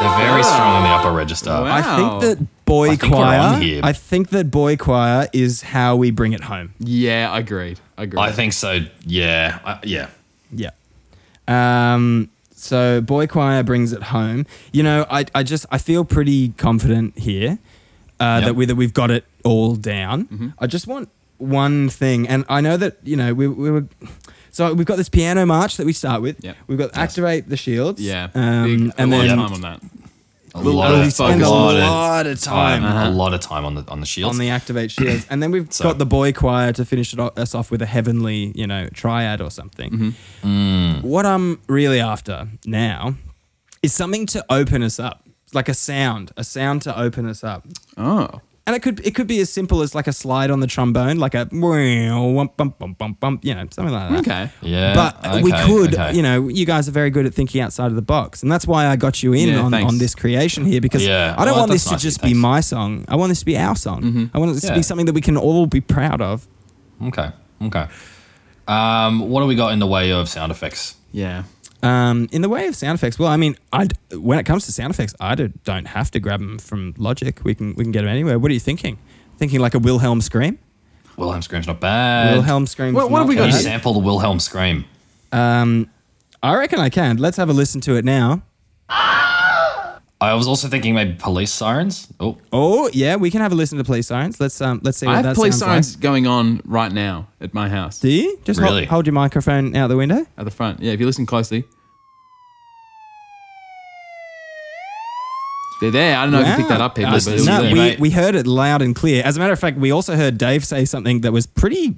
Speaker 1: they're very strong in the upper register.
Speaker 2: Wow.
Speaker 3: I think that boy
Speaker 1: Oh. I think we're on
Speaker 3: choir.
Speaker 1: here.
Speaker 3: I think that boy choir is how we bring it home.
Speaker 2: Yeah, agreed. I agree.
Speaker 1: I think so. Yeah. I, yeah.
Speaker 3: Yeah. Um, so boy choir brings it home. You know, I, I just I feel pretty confident here uh,
Speaker 1: Yep.
Speaker 3: that we that we've got it all down.
Speaker 2: Mm-hmm.
Speaker 3: I just want one thing, and I know that you know we we were. So we've got this piano march that we start with.
Speaker 2: Yep.
Speaker 3: We've got activate the shields.
Speaker 2: yeah,
Speaker 3: Um,
Speaker 2: big,
Speaker 3: and then Oh,
Speaker 2: time on that.
Speaker 1: A
Speaker 2: lot of
Speaker 3: we spend a
Speaker 2: focus.
Speaker 1: lot of
Speaker 3: lot of
Speaker 1: time.
Speaker 3: time
Speaker 1: A lot of time on the on the shields.
Speaker 3: Uh-huh. on the activate shields, and then we've got the boy choir to finish it o- us off with a heavenly, you know, triad or something. What I'm really after now is something to open us up, like a sound, a sound to open us up.
Speaker 2: Oh,
Speaker 3: And it could it could be as simple as like a slide on the trombone, like a bump bump bump bump bump, you know, something like that.
Speaker 2: okay.
Speaker 1: yeah.
Speaker 3: But we
Speaker 1: Uh, okay,
Speaker 3: could,
Speaker 1: okay.
Speaker 3: you know, you guys are very good at thinking outside of the box. And that's why I got you in
Speaker 2: Yeah,
Speaker 3: on,
Speaker 2: thanks.
Speaker 3: on this creation here because
Speaker 1: Yeah,
Speaker 3: I don't
Speaker 1: well,
Speaker 3: want this
Speaker 1: that's nice
Speaker 3: to
Speaker 1: of you,
Speaker 3: just be
Speaker 1: thanks.
Speaker 3: my song. I want this to be our song. I want this to
Speaker 1: Yeah.
Speaker 3: be something that we can all be proud of.
Speaker 1: Okay. Okay. Um, what do we got in the way of sound effects?
Speaker 2: Yeah.
Speaker 3: Um, in the way of sound effects, well, I mean, I when it comes to sound effects, I do, don't have to grab them from Logic. We can we can get them anywhere. What are you thinking? Thinking like a Wilhelm scream?
Speaker 1: Wilhelm scream's not bad.
Speaker 3: Wilhelm scream.
Speaker 2: what- what have we
Speaker 1: Can you
Speaker 2: got?
Speaker 1: sample the Wilhelm scream?
Speaker 3: Um, I reckon I can. Let's have a listen to it now.
Speaker 1: I was also thinking maybe police sirens. Oh,
Speaker 3: Oh yeah, we can have a listen to police sirens. Let's um let's see what
Speaker 2: I have
Speaker 3: that
Speaker 2: police
Speaker 3: sounds
Speaker 2: sirens going on right now at my house
Speaker 3: like. Do you just
Speaker 1: Really?
Speaker 3: hold, hold your microphone out the window?
Speaker 2: at the front. Yeah, if you listen closely. They're there. I don't know if you picked that up, people,
Speaker 3: Uh,
Speaker 2: but it was
Speaker 3: no,
Speaker 2: there.
Speaker 3: we,
Speaker 1: mate.
Speaker 3: we heard it loud and clear. As a matter of fact, we also heard Dave say something that was pretty,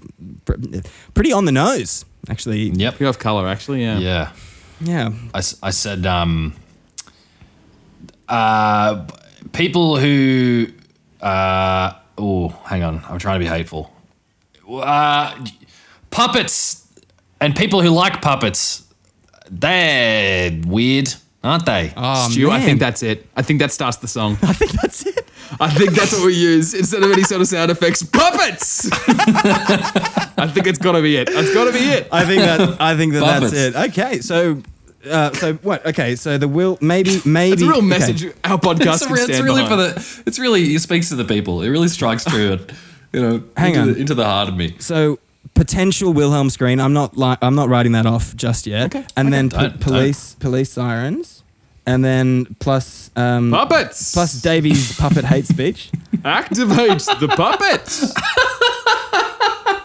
Speaker 3: pretty on the nose. Actually,
Speaker 1: yep.
Speaker 2: Pretty off color, actually. Yeah.
Speaker 1: Yeah.
Speaker 3: yeah.
Speaker 1: I, s- I said, um, uh, people who, uh, oh, hang on. I'm trying to be hateful. Uh, puppets and people who like puppets. They're weird, aren't they?
Speaker 3: Oh,
Speaker 2: Stu, I
Speaker 3: man.
Speaker 2: think that's it. I think that starts the song.
Speaker 3: [LAUGHS] I think that's it.
Speaker 2: I think that's what we use instead of any sort of sound effects. Puppets. [LAUGHS] I think it's got to be it. It's got to be it.
Speaker 3: I think that I think that that's
Speaker 1: Buffets.
Speaker 3: it. Okay, so uh, so what? Okay, so the will [LAUGHS] maybe maybe
Speaker 2: It's a real
Speaker 3: okay.
Speaker 2: message. Our podcast
Speaker 1: it's,
Speaker 2: can
Speaker 1: re- it's
Speaker 2: stand
Speaker 1: really
Speaker 2: behind.
Speaker 1: for the. It's really it speaks to the people. It really strikes through it. You know,
Speaker 3: Hang
Speaker 1: into,
Speaker 3: on.
Speaker 1: The, into the heart of me.
Speaker 3: So potential Wilhelm screen. I'm not like I'm not writing that off just yet. Okay. And then
Speaker 1: Don't-
Speaker 3: po- police police sirens, and then plus um,
Speaker 2: puppets.
Speaker 3: plus Davies puppet hate speech.
Speaker 2: activate the puppets. [LAUGHS]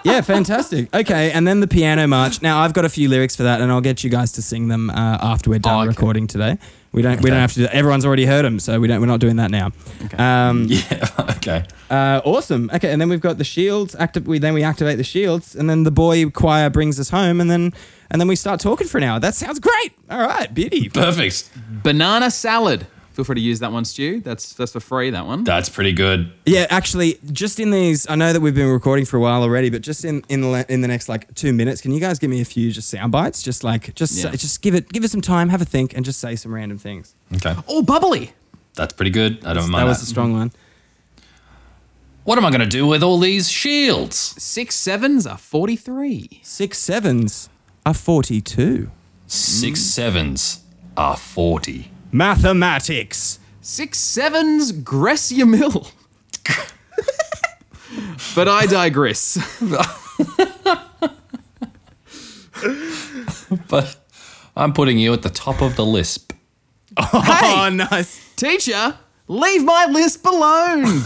Speaker 3: Yeah, fantastic. Okay, and then the piano march. Now I've got a few lyrics for that, and I'll get you guys to sing them uh, after we're done
Speaker 2: okay.
Speaker 3: recording today. We don't we don't have to. do that. Everyone's already heard them, so we don't. We're not doing that now. Um,
Speaker 1: [LAUGHS] Yeah. Okay.
Speaker 3: Uh, awesome. Okay, and then we've got the shields. Acti- we then we activate the shields, and then the boy choir brings us home, and then and then we start talking for an hour. That sounds great. All right, beauty.
Speaker 1: Perfect.
Speaker 2: Banana salad. Feel free to use that one, Stu. That's that's for free. That one.
Speaker 1: That's pretty good.
Speaker 3: Yeah, actually, just in these, I know that we've been recording for a while already, but just in in the, le- in the next like two minutes, can you guys give me a few just sound bites? Just like just
Speaker 2: Yeah.
Speaker 3: just give it give it some time, have a think, and just say some random things.
Speaker 1: Okay.
Speaker 2: Oh, bubbly.
Speaker 1: That's pretty good. I don't mind.
Speaker 3: that was
Speaker 1: that.
Speaker 3: a strong one.
Speaker 1: What am I going to do with all these shields?
Speaker 2: Six sevens are forty-three.
Speaker 3: Six sevens are forty two.
Speaker 1: Six sevens are 40.
Speaker 3: Mathematics.
Speaker 2: Six sevens, gress your mill. [LAUGHS] but I digress.
Speaker 1: But I'm putting you at the top of the lisp.
Speaker 3: Oh, nice.
Speaker 2: Teacher, leave my lisp alone.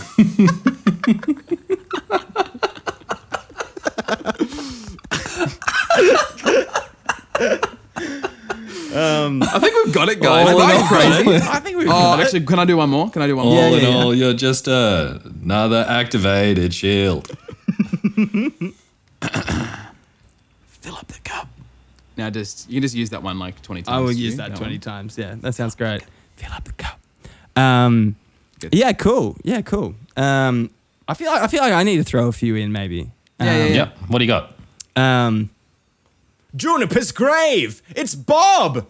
Speaker 2: I think we've got it, guys. Am I crazy?
Speaker 3: [LAUGHS] I think we've
Speaker 2: Oh,
Speaker 3: got it.
Speaker 2: actually, can I do one more? Can I do one more?
Speaker 1: all in
Speaker 3: yeah, yeah.
Speaker 1: all, you're just uh, another activated shield.
Speaker 2: Fill up the cup. Now, just you can just use that one like twenty times.
Speaker 3: I will
Speaker 2: do
Speaker 3: use
Speaker 2: you?
Speaker 3: that
Speaker 2: one.
Speaker 3: 20 times. Yeah, that sounds great. Fill up the cup. Um, yeah, cool. Yeah, cool. Um, I feel like, I feel like I need to throw a few in maybe.
Speaker 2: Yeah, yeah, yeah.
Speaker 1: Yep. What do you got?
Speaker 3: Um, Juniper's grave. It's Bob.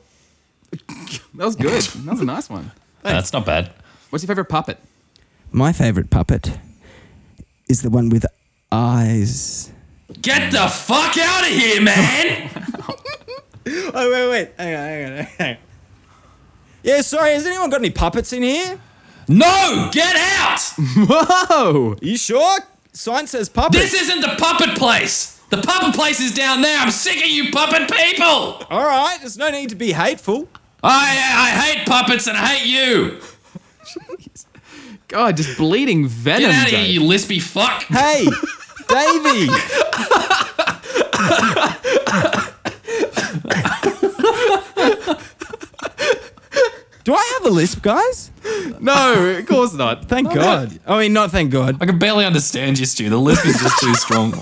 Speaker 2: That was good. That was a nice one.
Speaker 1: That's not bad.
Speaker 2: What's your favorite puppet? [LAUGHS]
Speaker 3: My favorite puppet is the one with eyes.
Speaker 1: Get the fuck out of here, man!
Speaker 3: Oh wait, wait. Hang on, hang on, hang on. Yeah, sorry. Has anyone got any puppets in here?
Speaker 1: [LAUGHS] no! Get out!
Speaker 2: Whoa! Oh!
Speaker 3: Are you sure? Sign says puppets.
Speaker 1: This isn't the puppet place! The puppet place is down there. I'm sick of you puppet people.
Speaker 3: All right, there's no need to be hateful.
Speaker 1: I I hate puppets and I hate you.
Speaker 2: God, just bleeding venom.
Speaker 1: Get out of here,
Speaker 2: Dave.
Speaker 1: you lispy fuck.
Speaker 3: Hey, Davey. Do I have a lisp, guys?
Speaker 2: No, of course not.
Speaker 3: Thank God. I mean, not thank God.
Speaker 1: I can barely understand you, Stu. The lisp is just too strong.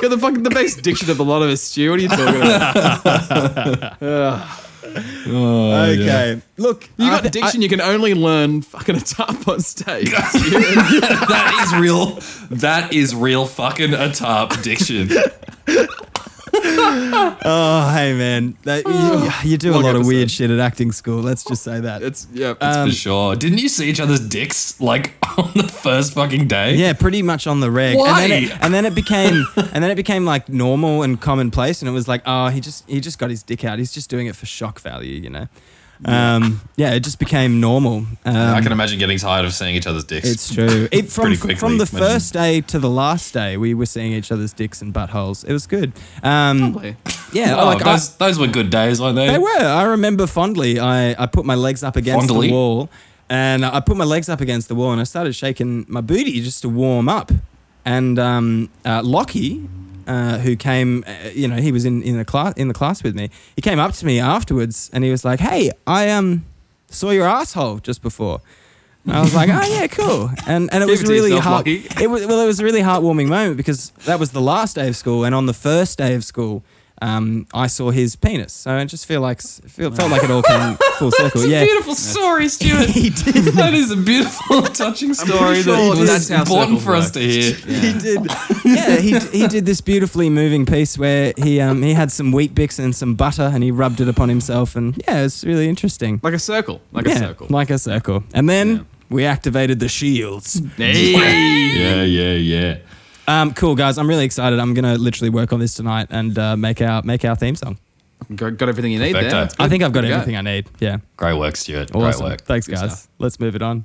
Speaker 2: You're the fucking the best diction of a lot of us, Stu. What are you talking about?
Speaker 3: Okay. Look,
Speaker 2: You
Speaker 3: I
Speaker 2: got
Speaker 3: th-
Speaker 2: diction you can only learn fucking a tap on stage.
Speaker 1: that is real. That is real fucking a tarp diction.
Speaker 3: I- oh, hey, man. That,
Speaker 1: Oh.
Speaker 3: you, you do a
Speaker 2: Long
Speaker 3: lot of
Speaker 2: episode.
Speaker 3: weird shit at acting school. Let's just say that.
Speaker 2: It's yeah.
Speaker 3: Um,
Speaker 1: For sure. Didn't you see each other's dicks like [LAUGHS] on the first fucking day?
Speaker 3: Yeah, pretty much on the reg.
Speaker 1: Why?
Speaker 3: And then it, and then it
Speaker 1: [LAUGHS]
Speaker 3: became and then it became like normal and commonplace, and it was like, oh, he just he just got his dick out. He's just doing it for shock value, you know. Um, yeah, it just became normal. Um,
Speaker 1: I can imagine getting tired of seeing each other's dicks.
Speaker 3: it's
Speaker 1: [LAUGHS]
Speaker 3: true. It, from
Speaker 1: Pretty quickly,
Speaker 3: from the
Speaker 1: imagine.
Speaker 3: first day to the last day, we were seeing each other's dicks and buttholes. It was good. Um,
Speaker 2: Probably.
Speaker 3: yeah,
Speaker 1: oh,
Speaker 3: like I-
Speaker 1: those, those were good days, weren't they?
Speaker 3: they were. I remember fondly. I, I put my legs up against
Speaker 1: Fondly?
Speaker 3: the wall, and I put my legs up against the wall, and I started shaking my booty just to warm up. And um, uh, Lockie, uh, who came, uh, you know, he was in in the class in the class with me. He came up to me afterwards, and he was like, "Hey, I um saw your asshole just before." And I was like, "Oh yeah, cool," and and it was
Speaker 2: it to
Speaker 3: really
Speaker 2: yourself,
Speaker 3: heart-
Speaker 2: Lockie.
Speaker 3: it was well, it was a really heartwarming moment because that was the last day of school, and on the first day of school, um, I saw his penis. So I just feel like feel, felt like it all came full circle.
Speaker 1: It's a
Speaker 3: yeah,
Speaker 1: beautiful
Speaker 3: [LAUGHS]
Speaker 1: story, Stuart.
Speaker 3: he did.
Speaker 1: that is a beautiful, [LAUGHS] touching story
Speaker 2: pretty sure
Speaker 1: that's
Speaker 2: that's how
Speaker 1: important
Speaker 2: circles
Speaker 1: for us to hear.
Speaker 3: He did. [LAUGHS] Yeah, he, he did this beautifully moving piece where he um, he had some wheat bix and some butter, and he rubbed it upon himself, and yeah, it's really interesting.
Speaker 2: Like a circle. Like
Speaker 3: yeah,
Speaker 2: a circle.
Speaker 3: like a circle. And then we activated the shields.
Speaker 1: Yeah, yeah, yeah.
Speaker 3: Um, cool guys, I'm really excited. I'm gonna literally work on this tonight and uh, make our make our theme song.
Speaker 2: Got, got everything you need
Speaker 1: Perfecto.
Speaker 2: there.
Speaker 3: I think I've got
Speaker 2: Good to go.
Speaker 3: everything I need. Yeah.
Speaker 1: Great work, Stuart.
Speaker 3: Awesome.
Speaker 1: Great work.
Speaker 3: Thanks, guys. Let's move it on.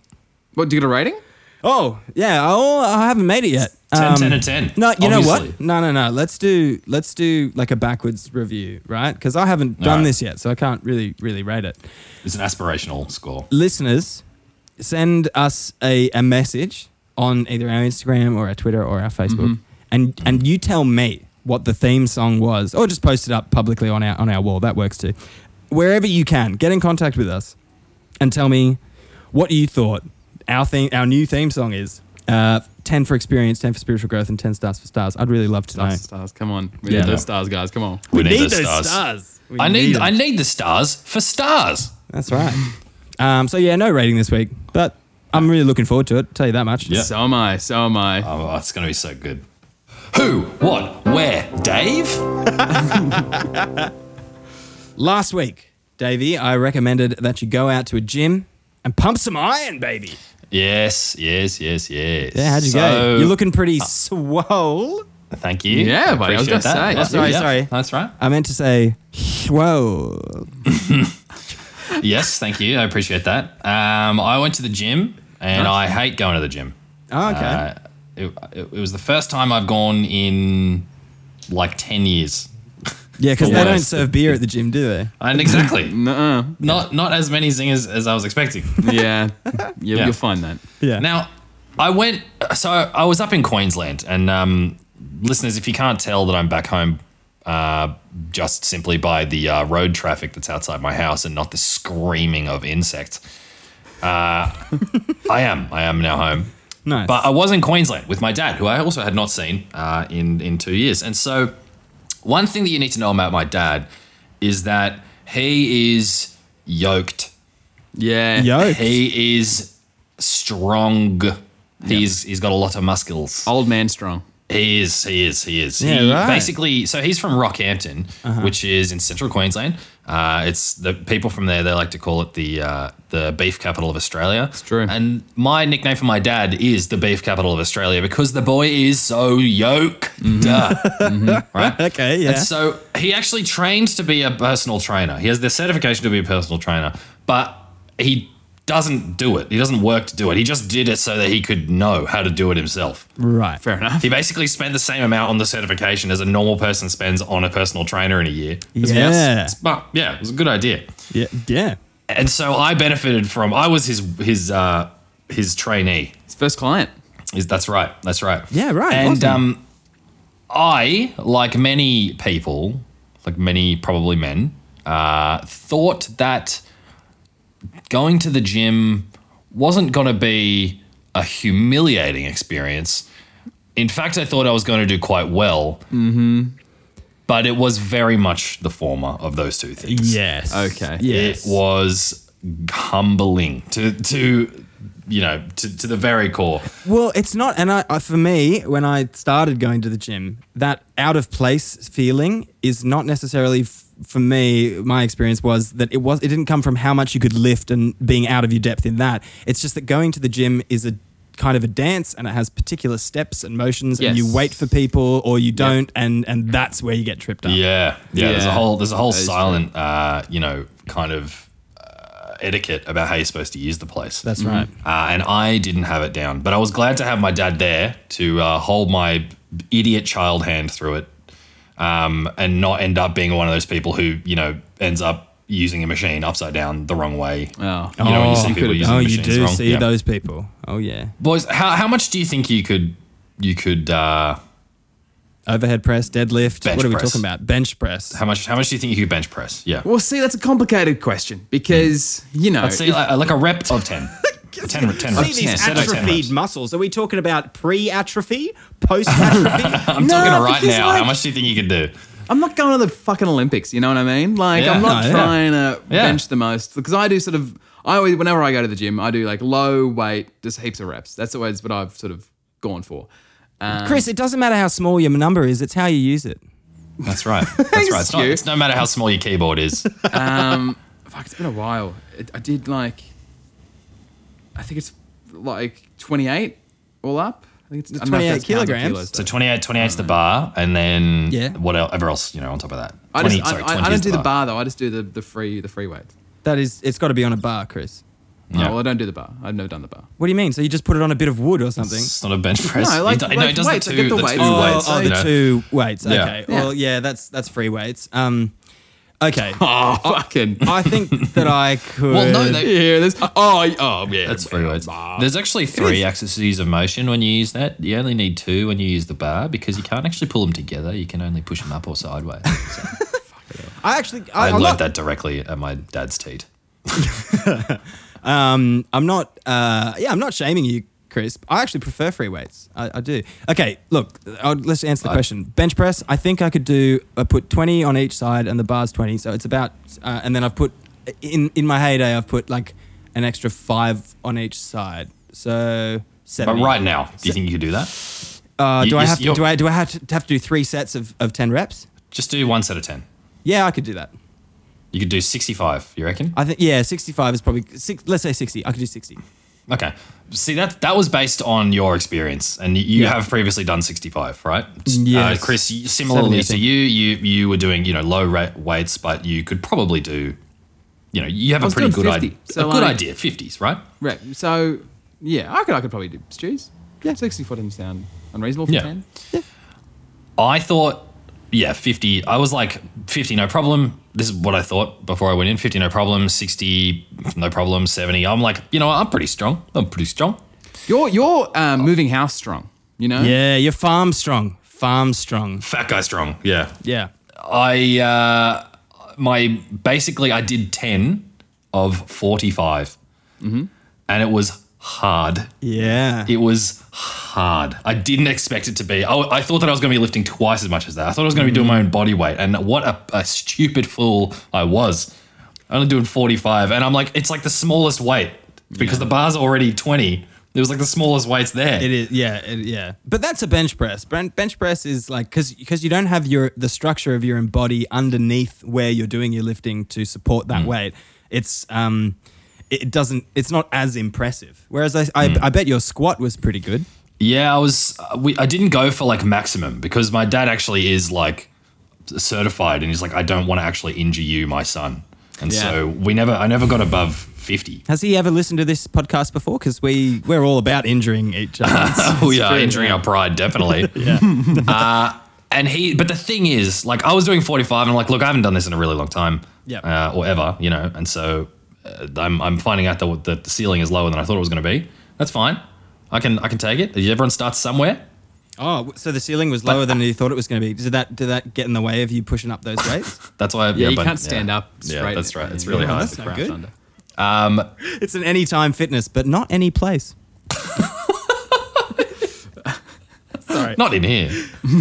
Speaker 2: What, do you get a rating?
Speaker 3: Oh, yeah. Oh, I haven't made it yet.
Speaker 1: 10,
Speaker 3: Um,
Speaker 1: 10 and 10.
Speaker 3: No, you know
Speaker 1: obviously.
Speaker 3: what? No, no, no. Let's do let's do like a backwards review, right? Because I haven't done
Speaker 1: right.
Speaker 3: this yet, so I can't really really rate it.
Speaker 1: It's an aspirational score.
Speaker 3: Listeners, send us a, a message on either our Instagram or our Twitter or our Facebook,
Speaker 1: Mm-hmm.
Speaker 3: and and you tell me what the theme song was, or just post it up publicly on our on our wall. That works too. Wherever you can, get in contact with us and tell me what you thought our theme, our new theme song is. Uh, ten for experience, ten for spiritual growth, and ten stars for stars. I'd really love to know.
Speaker 2: Stars, stars, come on. We
Speaker 3: Yeah.
Speaker 2: need those stars, guys. Come on.
Speaker 1: We, need, those stars.
Speaker 3: We
Speaker 1: I need,
Speaker 3: them.
Speaker 1: I need the stars for stars.
Speaker 3: That's right. [LAUGHS] um, so yeah, no rating this week, but I'm really looking forward to it. Tell you that much.
Speaker 1: Yeah.
Speaker 2: So am I. So am I.
Speaker 1: [LAUGHS] Oh, it's going to be so good. Who, what, where, Dave?
Speaker 3: Last week, Davey, I recommended that you go out to a gym and pump some iron, baby.
Speaker 1: Yes, yes, yes, yes.
Speaker 3: Yeah, how'd you go?
Speaker 1: So-
Speaker 3: You're looking pretty swole.
Speaker 1: Thank you.
Speaker 2: Yeah, buddy, I was
Speaker 1: appreciate
Speaker 2: gonna
Speaker 1: that.
Speaker 2: say.
Speaker 1: That's
Speaker 3: Sorry,
Speaker 1: yeah,
Speaker 3: sorry.
Speaker 1: That's right.
Speaker 3: I meant to say whoa.
Speaker 1: Yes, thank you. I appreciate that. Um, I went to the gym, and I hate going to the gym.
Speaker 3: Oh, okay.
Speaker 1: Uh, it, it, it was the first time I've gone in like ten
Speaker 2: [LAUGHS]
Speaker 1: years.
Speaker 3: yeah, because
Speaker 1: the
Speaker 3: they don't
Speaker 1: worst.
Speaker 3: serve beer at the gym, do they?
Speaker 1: And
Speaker 3: [LAUGHS]
Speaker 1: exactly,
Speaker 2: Nuh-uh.
Speaker 1: not not as many zingers as I was expecting.
Speaker 2: Yeah. You,
Speaker 1: Yeah.
Speaker 2: You'll find that.
Speaker 3: Yeah.
Speaker 1: Now, I went. So I was up in Queensland, and um, listeners, if you can't tell that I'm back home, uh, just simply by the uh, road traffic that's outside my house and not the screaming of insects, uh, [LAUGHS] I am. I am now home.
Speaker 3: nice.
Speaker 1: But I was in Queensland with my dad, who I also had not seen uh, in in two years. And so, one thing that you need to know about my dad is that he is yoked.
Speaker 2: Yeah.
Speaker 3: Yo,
Speaker 1: He is strong. He's he's got a lot of muscles.
Speaker 2: Old man strong.
Speaker 1: He is, he is, he is.
Speaker 3: Yeah,
Speaker 1: he
Speaker 3: right. Uh-huh.
Speaker 1: basically so he's from Rockhampton, which is in central Queensland. Uh, it's the people from there they like to call it the uh, the beef capital of Australia. It's
Speaker 2: true.
Speaker 1: And my nickname for my dad is the beef capital of Australia because the boy is so yoked. Duh.
Speaker 3: [LAUGHS]
Speaker 1: Right?
Speaker 3: Mm-hmm. okay, yeah.
Speaker 1: And so he actually trained to be a personal trainer. He has the certification to be a personal trainer, but he doesn't do it. He doesn't work to do it. He just did it so that he could know how to do it himself.
Speaker 3: Right.
Speaker 2: Fair enough.
Speaker 1: He basically spent the same amount on the certification as a normal person spends on a personal trainer in a year.
Speaker 3: Yeah.
Speaker 1: Smart. Yeah, it was a good idea.
Speaker 3: Yeah. Yeah.
Speaker 1: And so I benefited from. I was his his uh, his trainee.
Speaker 2: His first client.
Speaker 1: Is that's right. That's right.
Speaker 3: Yeah, right,
Speaker 1: And
Speaker 3: wasn't he?
Speaker 1: um, I, like many people, like many probably men, uh, thought that going to the gym wasn't going to be a humiliating experience. In fact, I thought I was going to do quite well. Mm-hmm. But it was very much the former of those two things.
Speaker 3: Yes.
Speaker 2: Okay.
Speaker 3: Yes.
Speaker 1: It was humbling to to you know to, to the very core.
Speaker 3: Well, it's not, and I, I, for me, when I started going to the gym, that out of place feeling is not necessarily f- for me. My experience was that it was, it didn't come from how much you could lift and being out of your depth in that. It's just that going to the gym is a kind of a dance, and it has particular steps and motions, and you
Speaker 2: Yes.
Speaker 3: wait for people or you don't, and and that's where you get tripped up.
Speaker 1: Yeah, yeah. There's a
Speaker 2: Yeah.
Speaker 1: whole there's a whole
Speaker 2: That is true.
Speaker 1: silent, uh, you know, kind of uh, etiquette about how you're supposed to use the place.
Speaker 3: That's right.
Speaker 1: Uh, and I didn't have it down, but I was glad to have my dad there to uh, hold my idiot child hand through it, um, and not end up being one of those people who you know ends up using a machine upside down the wrong way.
Speaker 2: Oh.
Speaker 1: You know, when you see
Speaker 3: Oh,
Speaker 1: people using
Speaker 3: Oh, you
Speaker 1: machines
Speaker 3: do
Speaker 1: wrong.
Speaker 3: see
Speaker 1: Yeah.
Speaker 3: those people. Oh yeah,
Speaker 1: boys. How, how much do you think you could you could uh,
Speaker 3: overhead press, deadlift.
Speaker 1: Bench
Speaker 3: what are we
Speaker 1: press.
Speaker 3: talking about? Bench press.
Speaker 1: how much how much do you think you could bench press? Yeah,
Speaker 2: Well, see, that's a complicated question because you know.
Speaker 1: let's say like, like a rep of
Speaker 2: [LAUGHS]
Speaker 1: ten. 10, 10
Speaker 3: See
Speaker 1: reps.
Speaker 3: these
Speaker 1: Set of 10
Speaker 3: atrophied
Speaker 1: reps.
Speaker 3: muscles. Are we talking about pre-atrophy,
Speaker 1: [LAUGHS]
Speaker 3: post-atrophy?
Speaker 1: I'm talking
Speaker 2: No,
Speaker 1: right
Speaker 2: because,
Speaker 1: now.
Speaker 2: like-
Speaker 1: how much do you think you could do?
Speaker 2: I'm not going to the fucking Olympics. You know what I mean? Like,
Speaker 1: Yeah.
Speaker 2: I'm not
Speaker 3: No, yeah.
Speaker 2: trying to
Speaker 1: Yeah.
Speaker 2: bench the most because I do sort of. I always, whenever I go to the gym, I do like low weight, just heaps of reps. That's always what I've sort of gone for.
Speaker 3: Um, Chris, it doesn't matter how small your number is; it's how you use it.
Speaker 1: That's
Speaker 2: [LAUGHS]
Speaker 1: right. That's right. It's, not,
Speaker 2: you.
Speaker 1: it's no matter how small your keyboard
Speaker 2: [LAUGHS]
Speaker 1: is.
Speaker 2: Fuck, it's been a while. It, I did like, I think it's like 28 all up. I think it's I don't know if
Speaker 3: 28
Speaker 2: that's pounds or
Speaker 3: kilograms.
Speaker 2: kilos,
Speaker 1: So
Speaker 2: though.
Speaker 1: 28, 28's the bar, and then
Speaker 3: Yeah.
Speaker 1: whatever else you know on top of that.
Speaker 2: I, just, I-
Speaker 1: sorry,
Speaker 2: I, I
Speaker 1: 20 is
Speaker 2: don't do the bar though. I just do the, the free the free weights.
Speaker 3: That is, it's got to be on a bar, Chris.
Speaker 2: No,
Speaker 1: Yeah.
Speaker 2: well, I don't do the bar. I've never done the bar.
Speaker 3: What do you mean? So you just put it on a bit of wood or something?
Speaker 1: It's not a bench press.
Speaker 2: No, like-
Speaker 1: It do- no,
Speaker 2: like
Speaker 1: it does the
Speaker 2: weights, I
Speaker 1: two,
Speaker 2: get
Speaker 1: the
Speaker 2: the
Speaker 1: two
Speaker 2: weights.
Speaker 3: Oh,
Speaker 1: weights.
Speaker 3: oh,
Speaker 1: you
Speaker 3: the
Speaker 1: know.
Speaker 3: two weights.
Speaker 1: Yeah.
Speaker 3: Okay. Well, yeah, that's that's free weights. Um,
Speaker 1: [LAUGHS]
Speaker 3: okay.
Speaker 2: Oh, fucking. [LAUGHS]
Speaker 3: I think that I could.
Speaker 1: Well, no, they,
Speaker 2: Yeah, there's. Oh, y- oh, yeah.
Speaker 1: that's three weights. There's actually three axes of motion when you use that. You only need two when you use the bar because you can't actually pull them together. You can only push them up or sideways. So
Speaker 3: I actually,
Speaker 1: I
Speaker 3: I,
Speaker 1: learned
Speaker 3: I'm, not,
Speaker 1: that directly at my dad's teat.
Speaker 3: I'm not. Uh, yeah, I'm not shaming you, Chris. I actually prefer free weights. I, I do. Okay, look, uh, I'll, let's answer the question. Bench press. I think I could do. I put 20 on each side, and the bar's 20, so it's about. Uh, and then I've put in in my heyday, I've put like an extra five on each side, so
Speaker 1: But
Speaker 3: seven.
Speaker 1: right now, do you think you could do that?
Speaker 3: uh,
Speaker 1: you-
Speaker 3: do I
Speaker 1: you-
Speaker 3: have to?
Speaker 1: you're-
Speaker 3: Do I do I have to have to do three sets of, of 10 reps?
Speaker 1: Just do one set of 10.
Speaker 3: Yeah, I could do that.
Speaker 1: You could do 65, you reckon?
Speaker 3: I think yeah, 65 is probably six, let's say 60. I could do 60.
Speaker 1: Okay. See, that that was based on your experience, and you
Speaker 3: Yeah.
Speaker 1: have previously done 65, right?
Speaker 3: Yes.
Speaker 1: Uh, Chris, you- similarly
Speaker 3: 70, I
Speaker 1: to you, you you were doing, you know, low rate weights, but you could probably do, you know, you have a
Speaker 2: was
Speaker 1: pretty
Speaker 2: doing
Speaker 1: good
Speaker 2: 50,
Speaker 1: idea.
Speaker 2: so
Speaker 1: a good
Speaker 2: like-
Speaker 1: idea, 50s, right?
Speaker 2: Right. So, yeah, I could, I could probably do stews. Yeah, 64 doesn't sound unreasonable for
Speaker 1: Yeah.
Speaker 2: 10.
Speaker 1: I thought, yeah, 50. I was like, 50, no problem. This is what I thought before I went in 50, no problem. 60, no problem. 70. I'm like, you know, what? I'm pretty strong. I'm pretty strong.
Speaker 2: You're, you're
Speaker 3: Oh.
Speaker 2: um, moving house strong, you know?
Speaker 3: Yeah, you're farm strong. Farm strong.
Speaker 1: Fat guy strong. Yeah.
Speaker 3: Yeah.
Speaker 1: I uh, my basically I did ten of forty and it was hard.
Speaker 3: Yeah.
Speaker 1: It was hard. I didn't expect it to be. Oh, I, I thought that I was going to be lifting twice as much as that. I thought I was going to be doing my own body weight, and what a, a stupid fool I was. Only doing forty five, and I'm like, it's like the smallest weight because the bar's already twenty. It was like the smallest weights there.
Speaker 3: It is, yeah, it, yeah. But that's a bench press. Ben- Bench press is like because you don't have your the structure of your body underneath where you're doing your lifting to support
Speaker 1: Mm.
Speaker 3: that weight. It's um, it it doesn't. It's not as impressive. Whereas I, I,
Speaker 1: Mm.
Speaker 3: I bet your squat was pretty good.
Speaker 1: Yeah, I was. uh, We, I didn't go for like maximum because my dad actually is like certified, and he's like, I don't want to actually injure you, my son. and so we never. I never got above fifty.
Speaker 3: Has he ever listened to this podcast before? Because we we're all about injuring each other.
Speaker 1: [LAUGHS] [LAUGHS] Oh yeah, injuring our pride
Speaker 2: [LAUGHS]
Speaker 1: definitely. yeah. [LAUGHS] uh, and he, but the thing is, like, I was doing forty-five, and I'm like, look, I haven't done this in a really long time,
Speaker 3: Yep.
Speaker 1: uh, or ever, you know, and so uh, I'm, I'm finding out that the, the ceiling is lower than I thought it was going to be. That's fine. I can, I can take it. Everyone starts somewhere.
Speaker 3: oh, so the ceiling was lower than you thought it was going to be. Did that did that get in the way of you pushing up those weights?
Speaker 1: [LAUGHS] That's why.
Speaker 2: Yeah, you can't stand up straight.
Speaker 1: Yeah, that's right. It's really
Speaker 2: Yeah,
Speaker 1: hard.
Speaker 2: that's
Speaker 3: no
Speaker 2: crash
Speaker 3: good.
Speaker 2: under.
Speaker 3: it's an anytime fitness, but not any place.
Speaker 1: Not in here.
Speaker 3: Sorry for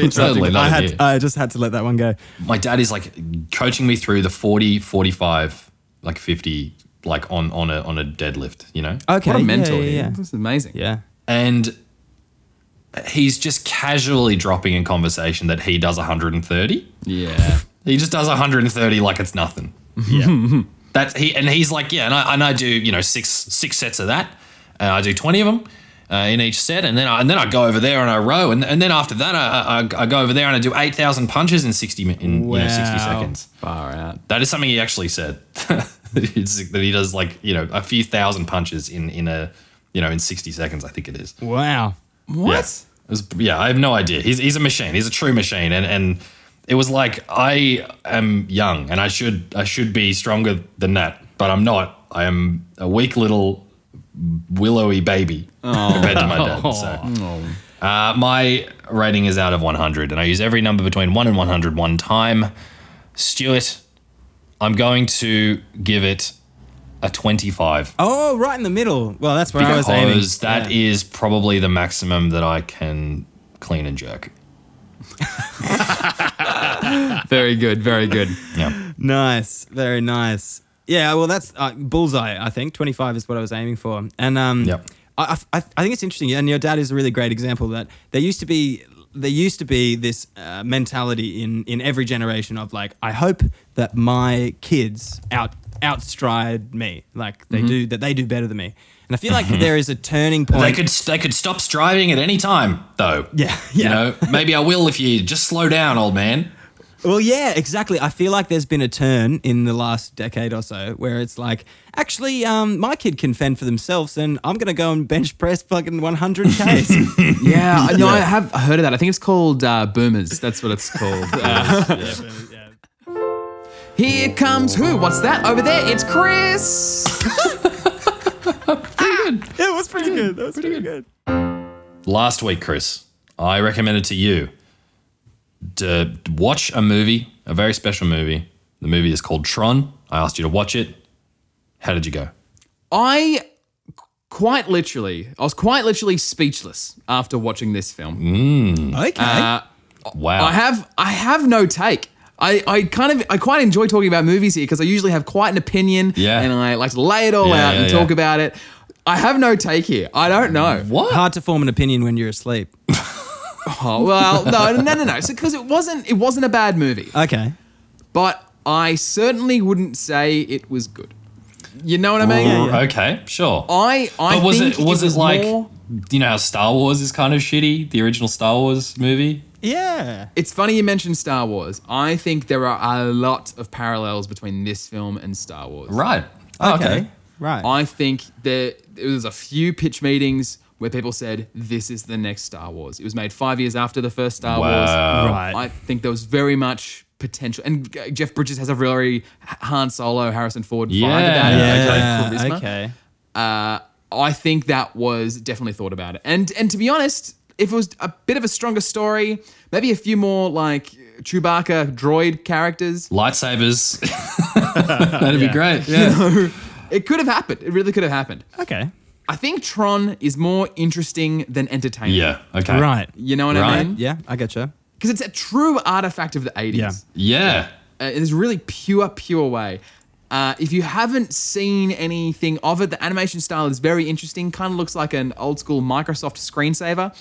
Speaker 3: interrupting.
Speaker 1: Hmm. [LAUGHS] Certainly not
Speaker 3: I
Speaker 1: in
Speaker 3: had
Speaker 1: here.
Speaker 3: I just had to let that one go.
Speaker 1: My dad is like coaching me through the 40, 45, like 50, like on on a on a deadlift, you know?
Speaker 3: Okay,
Speaker 2: What a
Speaker 3: yeah,
Speaker 2: mentor.
Speaker 3: Yeah, yeah.
Speaker 2: This is amazing.
Speaker 3: Yeah.
Speaker 1: and he's just casually dropping in conversation that he does 130.
Speaker 2: Yeah.
Speaker 1: He just does 130 like it's nothing. Yeah. [LAUGHS] That's he and he's like, yeah, and I and I do, you know, six six sets of that. And I do 20 of them uh, in each set and then I, and then I go over there and I row and, and then after that I, I I go over there and I do 8,000 punches in 60 mi- in you know, 60
Speaker 3: Wow.
Speaker 1: seconds.
Speaker 2: Far out.
Speaker 1: That is something he actually said. [LAUGHS] It's that he does like, you know, a few thousand punches in in a, you know, in 60 seconds I think it is.
Speaker 3: Wow.
Speaker 1: What? Yeah. It was- yeah, I have no idea. He's, he's a machine. He's a true machine. And and it was like I am young and I should I should be stronger than that, but I'm not. I am a weak little willowy baby compared to my dad. So. Uh, my rating is out of 100, and I use every number between 1 and 100 one time. Stuart, I'm going to give it a 25
Speaker 3: Oh, right in the middle. Well, that's where
Speaker 1: because
Speaker 3: I was aiming.
Speaker 1: that is probably the maximum that I can clean and jerk.
Speaker 2: Very good. Very good.
Speaker 1: Yeah.
Speaker 3: Nice, very nice. Yeah, well, that's uh, bullseye. I think twenty-five is what I was aiming for, and um,
Speaker 1: Yep.
Speaker 3: I, I, I think it's interesting. And your dad is a really great example of that there used to be there used to be this uh, mentality in in every generation of like, I hope that my kids out outstride me, like
Speaker 2: Mm-hmm.
Speaker 3: they do that they do better than me. And I
Speaker 2: [LAUGHS]
Speaker 3: feel like there is a turning point.
Speaker 1: They could they could stop striving at any time though.
Speaker 3: Yeah,
Speaker 1: You
Speaker 3: yeah.
Speaker 1: know, maybe I will if you just slow down, old man.
Speaker 3: Well, yeah, exactly. I feel like there's been a turn in the last decade or so where it's like, actually, um, my kid can fend for themselves, and I'm gonna go and bench press fucking 100 [LAUGHS] ks.
Speaker 2: Yeah. I- No, I have heard of that. I think it's called uh, boomers. That's what it's called. Uh, [LAUGHS] Here comes who? What's that over there? It's Chris.
Speaker 3: it was pretty good. That was pretty, good.
Speaker 1: Last week, Chris, I recommended to you to watch a movie, a very special movie. The movie is called Tron. I asked you to watch it. How did you go?
Speaker 2: I quite literally, I was quite literally speechless after watching this film.
Speaker 1: Mm.
Speaker 3: Okay.
Speaker 1: Wow.
Speaker 2: I have I have no take. I, I kind of I quite enjoy talking about movies here because I usually have quite an opinion
Speaker 1: Yeah.
Speaker 2: and I like to lay it all
Speaker 1: Yeah,
Speaker 2: out
Speaker 1: yeah,
Speaker 2: and
Speaker 1: yeah.
Speaker 2: talk about it. I have no take here. I don't know.
Speaker 1: what?
Speaker 3: Hard to form an opinion when you're asleep.
Speaker 2: Oh, well, no, no, no, no. Because it wasn't it wasn't a bad movie,
Speaker 3: Okay.
Speaker 2: but I certainly wouldn't say it was good. You know what I mean?
Speaker 1: Okay, sure.
Speaker 2: I I
Speaker 1: But was
Speaker 2: think
Speaker 1: it was it,
Speaker 2: was
Speaker 1: like
Speaker 2: more-
Speaker 1: you know how Star Wars is kind of shitty, the original Star Wars movie?
Speaker 3: Yeah.
Speaker 2: It's funny you mentioned Star Wars. I think there are a lot of parallels between this film and Star Wars.
Speaker 1: Right. Oh, okay.
Speaker 3: Right.
Speaker 2: I think there, there was a few pitch meetings where people said, this is the next Star Wars. It was made five years after the first Star
Speaker 1: Wow.
Speaker 2: Wars.
Speaker 3: Right.
Speaker 2: I think there was very much potential. And uh, Jeff Bridges has a very Han Solo, Harrison Ford vibe about
Speaker 1: Yeah.
Speaker 2: it.
Speaker 3: yeah.
Speaker 2: Charisma.
Speaker 3: okay.
Speaker 2: Uh, I think that was definitely thought about it. And and to be honest, if it was a bit of a stronger story, maybe a few more like Chewbacca droid characters,
Speaker 1: Lightsabers. [LAUGHS] That'd be great. Yeah.
Speaker 2: it could have happened. It really could have happened.
Speaker 3: Okay.
Speaker 2: I think Tron is more interesting than entertaining.
Speaker 1: Yeah. Okay.
Speaker 3: Right.
Speaker 2: You know what I
Speaker 1: Right.
Speaker 2: mean?
Speaker 3: Yeah, I get you.
Speaker 2: Because it's a true artifact of the 80s.
Speaker 3: Yeah.
Speaker 1: Yeah.
Speaker 2: Uh, in this really pure, pure way. Uh, if you haven't seen anything of it, the animation style is very interesting. Kind of looks like an old school Microsoft screensaver.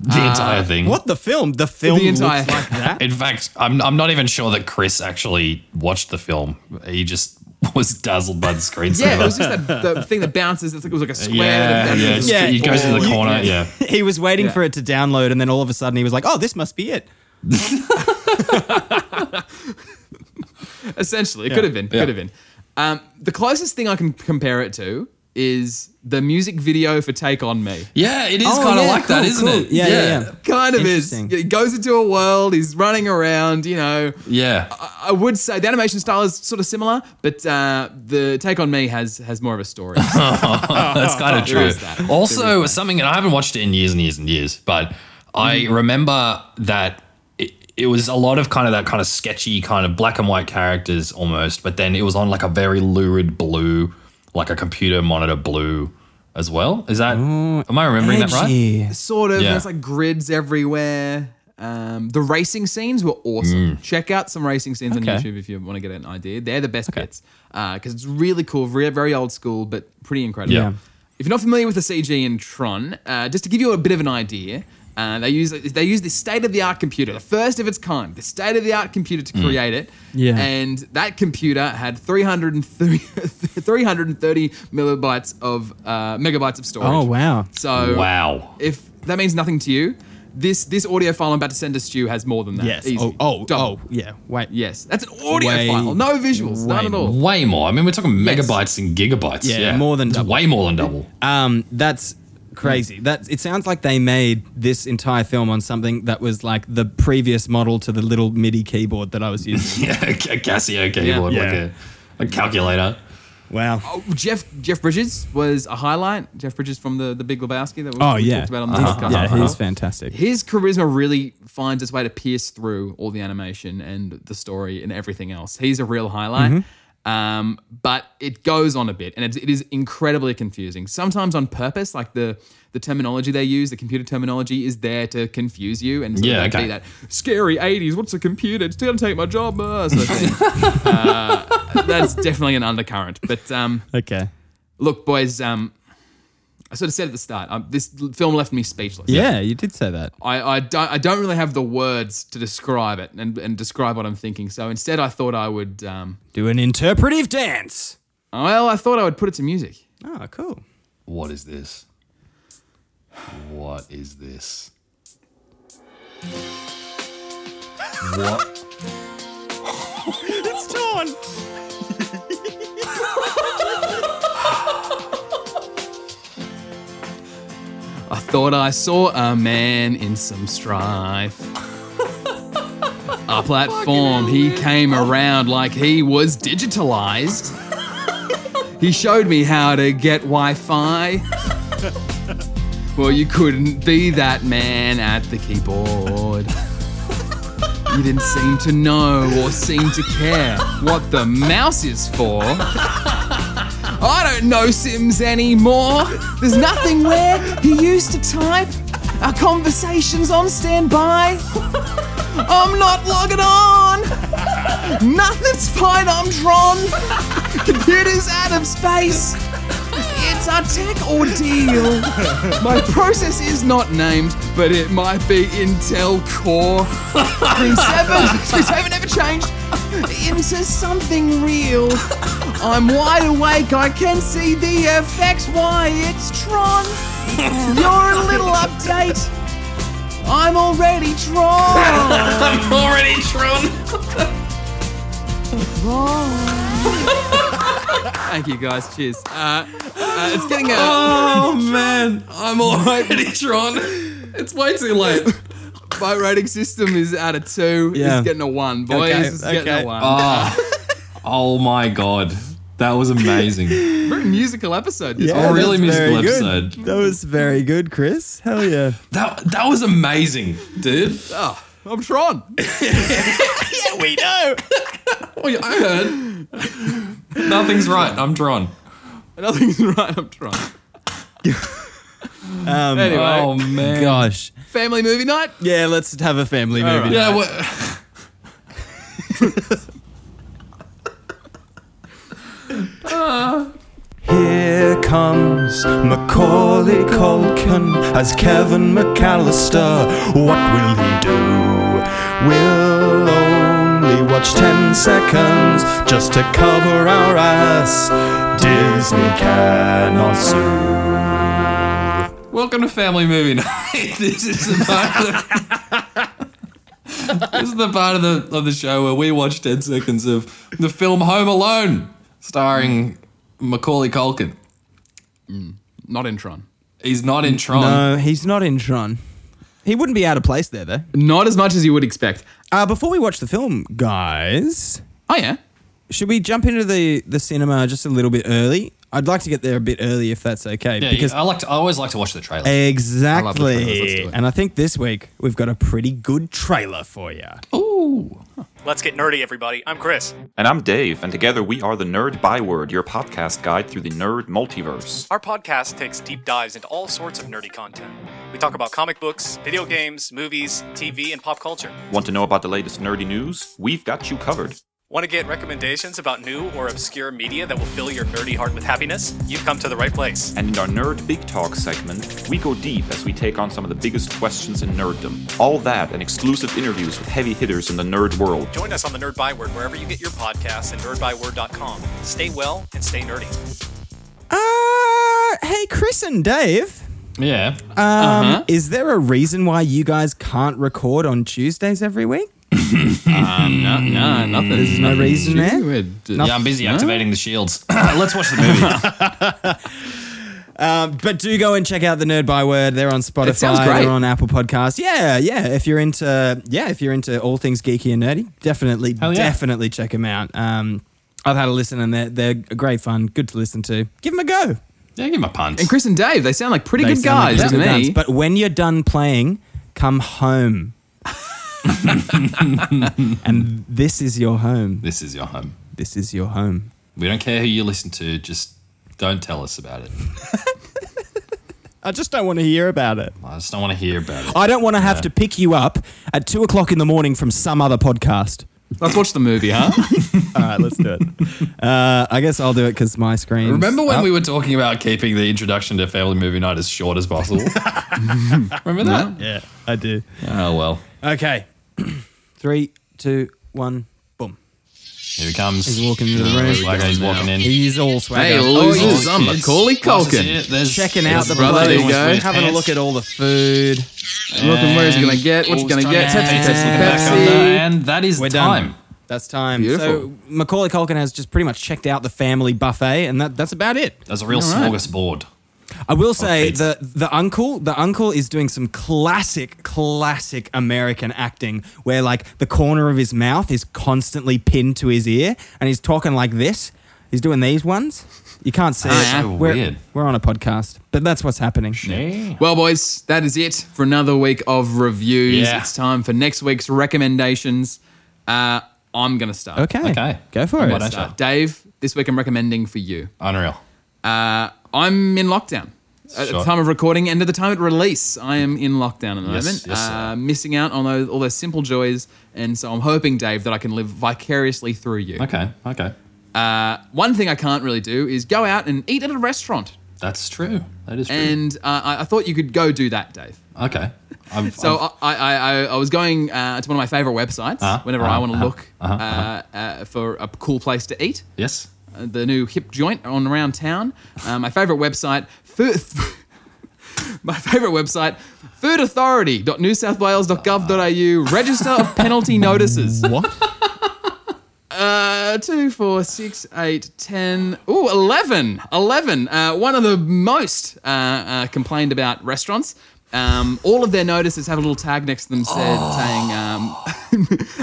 Speaker 1: The entire thing.
Speaker 3: Ah. What the film? The film
Speaker 2: The entire-
Speaker 3: looks
Speaker 1: [LAUGHS]
Speaker 3: like that. [LAUGHS]
Speaker 1: In fact, I'm I'm not even sure that Chris actually watched the film. He just [LAUGHS] was dazzled by the screensaver. [LAUGHS]
Speaker 2: Yeah, it was just that the thing that bounces. It's like, it was like a square.
Speaker 1: yeah,
Speaker 2: that
Speaker 1: yeah,
Speaker 2: bounces.
Speaker 1: just-
Speaker 3: Yeah.
Speaker 1: He goes to the
Speaker 2: [LAUGHS]
Speaker 3: You-
Speaker 1: corner. Yeah.
Speaker 3: he was waiting
Speaker 2: Yeah.
Speaker 3: for it to download, and then all of a sudden he was like, "Oh, this must be it."
Speaker 2: Essentially, it could have been. Could have been. Um, the closest thing I can compare it to is the music video for "Take on Me."
Speaker 1: Yeah, it is
Speaker 3: Oh,
Speaker 1: kind of
Speaker 3: yeah,
Speaker 1: like that,
Speaker 3: cool,
Speaker 1: isn't
Speaker 3: cool.
Speaker 1: it?
Speaker 3: Yeah, yeah, yeah.
Speaker 2: Kind of is.
Speaker 3: Interesting.
Speaker 2: He goes into a world. He's running around. You know,
Speaker 1: yeah.
Speaker 2: I, I would say the animation style is sort of similar, but uh, the "Take on Me" has has more of a story.
Speaker 1: That's
Speaker 3: Oh,
Speaker 1: kind of true.
Speaker 2: is that.
Speaker 1: Also, something, and I haven't watched it in years and years and years, but I
Speaker 3: Hmm.
Speaker 1: remember that it, it was a lot of kind of that kind of sketchy, kind of black and white characters almost, but then it was on like a very lurid blue, like a computer monitor blue as well. Is that, am I remembering that right?
Speaker 3: Edgy.
Speaker 2: sort of.
Speaker 1: Yeah.
Speaker 2: There's like grids everywhere. Um, the racing scenes were awesome. Check out some racing scenes
Speaker 1: Mm. Okay.
Speaker 2: on YouTube if you want to get an idea. They're the best bits because it's really cool, very, very old school, but pretty incredible.
Speaker 1: Yeah.
Speaker 2: If you're not familiar with the CG in Tron, uh, just to give you a bit of an idea, uh, they use they use the state of the art computer, the first of its kind, the state of the art computer
Speaker 1: Mm.
Speaker 2: to create it.
Speaker 3: Yeah.
Speaker 2: And that computer had [LAUGHS] 330, 330 millibytes of uh, megabytes of storage.
Speaker 3: Oh, wow.
Speaker 2: So
Speaker 1: Wow.
Speaker 2: if that means nothing to you, this this audio file I'm about to send to Stu has more than that.
Speaker 3: Yes.
Speaker 2: Easy.
Speaker 3: Oh, oh,
Speaker 2: Double.
Speaker 3: oh, yeah. Wait.
Speaker 2: Yes. That's an audio
Speaker 3: Way-
Speaker 2: file. No visuals. None
Speaker 3: way
Speaker 2: at all.
Speaker 1: Way more. I mean, we're talking megabytes and gigabytes.
Speaker 3: Yeah,
Speaker 1: Yeah,
Speaker 3: more than
Speaker 1: It's
Speaker 3: double.
Speaker 1: Way more than
Speaker 3: [LAUGHS]
Speaker 1: double. [LAUGHS]
Speaker 3: Um, that's crazy. That it sounds like they made this entire film on something that was like the previous model to the little MIDI keyboard that I was using.
Speaker 1: yeah, a Casio keyboard, like
Speaker 3: Yeah.
Speaker 1: a, a calculator.
Speaker 3: [LAUGHS] wow.
Speaker 2: Oh, Jeff Jeff Bridges was a highlight. Jeff Bridges from the, the Big Lebowski that we,
Speaker 3: Oh
Speaker 2: we
Speaker 3: yeah.
Speaker 2: talked about on the
Speaker 3: He's-
Speaker 2: podcast.
Speaker 3: yeah,
Speaker 2: before.
Speaker 3: he's fantastic.
Speaker 2: His charisma really finds its way to pierce through all the animation and the story and everything else. He's a real highlight.
Speaker 1: Mm-hmm.
Speaker 2: Um, but it goes on a bit, and it, it is incredibly confusing. Sometimes on purpose, like the the terminology they use, the computer terminology is there to confuse you and sort
Speaker 1: Yeah,
Speaker 2: of like
Speaker 1: okay.
Speaker 2: be that scary '80s. What's a computer? It's going to take my job. Uh, sort
Speaker 1: [LAUGHS]
Speaker 2: of thing. uh, that's definitely an undercurrent. But um,
Speaker 3: Okay.
Speaker 2: look, boys, um, I sort of said at the start, um, this l- film left me speechless.
Speaker 3: Yeah, you did say that.
Speaker 2: I, I, don't, I don't really have the words to describe it and, and describe what I'm thinking. So instead, I thought I would, um,
Speaker 3: Do an interpretive dance.
Speaker 2: well, I thought I would put it to music.
Speaker 3: Oh, cool.
Speaker 1: What is this? What is this? What?
Speaker 3: It's torn.
Speaker 2: I thought I saw a man in some strife. Our platform, he came around like he was digitalized. he showed me how to get Wi Fi. well, you couldn't be that man at the keyboard. You didn't seem to know or seem to care what the mouse is for. I don't know Sims anymore. There's nothing where he used to type. Our conversation's on standby. I'm not logging on. Nothing's fine, I'm drawn. Computer's out of space. It's a tech ordeal. My process is not named, but it might be Intel Core. Green 7, Green 7 never changed into something real. I'm wide awake, I can see the effects, why it's
Speaker 1: [LAUGHS]
Speaker 2: Tron. You're a little update. I'm already Tron.
Speaker 1: [LAUGHS] I'm already Tron.
Speaker 2: Thank you guys, cheers. Uh, uh, it's getting a.
Speaker 1: Oh man, I'm already Tron. It's way too late.
Speaker 2: My rating system is out of two.
Speaker 3: Yeah.
Speaker 2: It's getting a one, boys.
Speaker 3: Okay,
Speaker 2: It's getting
Speaker 3: okay.
Speaker 2: a one.
Speaker 1: Oh my god, that
Speaker 10: [LAUGHS]
Speaker 1: was amazing.
Speaker 2: Very musical episode. This
Speaker 1: Oh, really
Speaker 3: that's
Speaker 1: musical
Speaker 3: very good.
Speaker 1: episode.
Speaker 3: That was very good, Chris. Hell yeah.
Speaker 1: That that was amazing, dude.
Speaker 2: one. I'm Tron. [LAUGHS]
Speaker 1: we know.
Speaker 10: Oh,
Speaker 1: I heard. Nothing's right. I'm Tron.
Speaker 2: Nothing's right. I'm Tron.
Speaker 3: [LAUGHS] Um,
Speaker 2: Anyway,
Speaker 1: Oh man.
Speaker 3: Gosh.
Speaker 2: family movie night.
Speaker 3: Yeah, let's have a family movie.
Speaker 10: [LAUGHS]
Speaker 2: right.
Speaker 1: Yeah. What?
Speaker 5: Here comes Macaulay Culkin as Kevin McAllister. What will he do? We'll only watch 10 seconds just to cover our ass. Disney cannot sue.
Speaker 1: Welcome to Family Movie Night. this is the part of the- This
Speaker 10: This is the part of the of the show where we watch 10 seconds of the film Home Alone, starring Macaulay Culkin.
Speaker 2: Not in Tron.
Speaker 10: He's not in Tron.
Speaker 3: No, Uh, he's not in Tron. He wouldn't be out of place there, though.
Speaker 2: Not as much as you would expect.
Speaker 3: Uh, before we watch the film, guys,
Speaker 2: Oh yeah.
Speaker 3: should we jump into the, the cinema just a little bit early? I'd like to get there a bit early if that's okay.
Speaker 1: Yeah,
Speaker 3: because
Speaker 1: I like to, I always like to watch the trailer.
Speaker 2: love the trailers, let's
Speaker 3: exactly.
Speaker 2: do it.
Speaker 3: And I think this week we've got a pretty good trailer for you.
Speaker 11: Let's get nerdy, everybody. I'm Chris.
Speaker 12: And I'm Dave, and together we are the Nerd Byword, your podcast guide through the nerd multiverse.
Speaker 11: Our podcast takes deep dives into all sorts of nerdy content. We talk about comic books, video games, movies, TV, and pop culture.
Speaker 12: Want to know about the latest nerdy news? We've got you covered.
Speaker 11: Want to get recommendations about new or obscure media that will fill your nerdy heart with happiness? You've come to the right place.
Speaker 12: And in our Nerd Big Talk segment, we go deep as we take on some of the biggest questions in nerddom. All that and exclusive interviews with heavy hitters in the nerd world.
Speaker 11: Join us on the Nerd Byword wherever you get your podcasts and nerdbyword.com. Stay well and stay nerdy.
Speaker 3: Uh, hey, Chris and Dave,
Speaker 1: yeah.
Speaker 3: um,
Speaker 2: Uh-huh.
Speaker 3: is there a reason why you guys can't record on Tuesdays every week?
Speaker 2: No, no,
Speaker 1: Mm.
Speaker 2: nothing. There's
Speaker 3: no reason there?
Speaker 1: yeah, I'm busy activating the shields. [COUGHS] Let's watch the movie.
Speaker 3: But do go and check out the Nerd Byword. They're on Spotify.
Speaker 2: sounds great.
Speaker 3: They're on Apple Podcasts. Yeah, yeah. If you're into yeah, if you're into all things geeky and nerdy, definitely,
Speaker 1: yeah.
Speaker 3: definitely check them out. Um, I've had a listen and they're they're great fun. Good to listen to. Give them a go.
Speaker 1: yeah, give him a punt.
Speaker 2: And Chris and Dave, they sound like pretty
Speaker 3: They
Speaker 2: good
Speaker 3: sound like
Speaker 2: guys to me.
Speaker 3: good guns. But when you're done playing, come home. [LAUGHS] and this is your home.
Speaker 1: this is your home.
Speaker 3: This is your home.
Speaker 1: We don't care who you listen to. Just don't tell us about it.
Speaker 3: I just don't want to hear about it.
Speaker 1: I just don't want to hear about it.
Speaker 3: I don't want to have to pick you up at two o'clock in the morning from some other podcast.
Speaker 2: Let's watch the movie, huh?
Speaker 3: All right, let's do it. [LAUGHS] Uh, I guess I'll do it because my screen.
Speaker 1: Remember when we were talking about keeping the introduction to family movie night as short as possible? Remember that?
Speaker 3: Yeah, I do.
Speaker 1: Oh well.
Speaker 3: Okay. [CLEARS THROAT] Three, two, one, boom.
Speaker 1: [LAUGHS] Here he comes.
Speaker 3: He's walking into the room.
Speaker 1: Like he's walking in.
Speaker 3: He's all
Speaker 2: hey,
Speaker 3: swagger. Oh,
Speaker 2: losers, I'm
Speaker 1: Kids.
Speaker 2: Macaulay
Speaker 1: Nice to see
Speaker 2: Culkin.
Speaker 1: it. There's-
Speaker 3: Checking out
Speaker 1: there's
Speaker 3: the
Speaker 2: brother,
Speaker 3: place.
Speaker 2: there you go.
Speaker 3: Having a look at all the food.
Speaker 2: Looking where he's gonna get, what
Speaker 1: Always
Speaker 2: he's gonna
Speaker 1: trying
Speaker 2: get.
Speaker 1: to
Speaker 2: Pepsi,
Speaker 1: get
Speaker 2: Pepsi,
Speaker 1: something back
Speaker 2: Pepsi.
Speaker 1: on there, And that is
Speaker 3: We're
Speaker 1: time.
Speaker 3: done. That's time. So
Speaker 2: Beautiful.
Speaker 3: Macaulay Culkin has just pretty much checked out the family buffet, and that, that's about it.
Speaker 1: There's a real smorgasbord.
Speaker 3: I will say
Speaker 1: pizza.
Speaker 3: the the uncle the uncle is doing some classic classic American acting where like the corner of his mouth is constantly pinned to his ear and he's talking like this. He's doing these ones. You can't see it.
Speaker 1: Ah, so
Speaker 3: we're,
Speaker 1: weird.
Speaker 3: we're on a podcast, but that's what's happening.
Speaker 2: Well, boys, that is it for another week of reviews.
Speaker 1: Yeah.
Speaker 2: It's time for next week's recommendations. Uh, I'm gonna start.
Speaker 3: Okay.
Speaker 1: Okay.
Speaker 3: Go for
Speaker 1: Why
Speaker 3: it.
Speaker 1: don't you?
Speaker 2: Uh, Dave, this week I'm recommending for you.
Speaker 1: Unreal.
Speaker 2: Uh, I'm in lockdown. At
Speaker 1: Sure.
Speaker 2: the time of recording and at the time of release, I am in lockdown at the
Speaker 1: Yes,
Speaker 2: moment,
Speaker 1: yes, sir.
Speaker 2: uh, missing out on those, all those simple joys. And so I'm hoping, Dave, that I can live vicariously through you.
Speaker 1: Okay. Okay.
Speaker 2: One thing I can't really do is go out and eat at a restaurant.
Speaker 1: That's true. That is true.
Speaker 2: And uh, I, I thought you could go do that, Dave.
Speaker 1: okay. I'm,
Speaker 2: So
Speaker 1: I'm-
Speaker 2: I, I, I, I was going uh, to one of my favorite websites
Speaker 1: Um, Uh-huh,
Speaker 2: whenever I
Speaker 1: uh-huh,
Speaker 2: want to
Speaker 1: uh-huh,
Speaker 2: look uh uh for a cool place to eat.
Speaker 1: yes.
Speaker 2: Uh, the new hip joint on around town. Uh, my favorite website, food, [LAUGHS] my favorite website, foodauthority.newsouthwales.gov.au. Register of penalty notices. What? Uh, two, four, six, eight, ten. Ooh, eleven. Eleven. Uh, one of the most uh, uh, complained about restaurants. Um, all of their notices have a little tag next to them said, saying, um,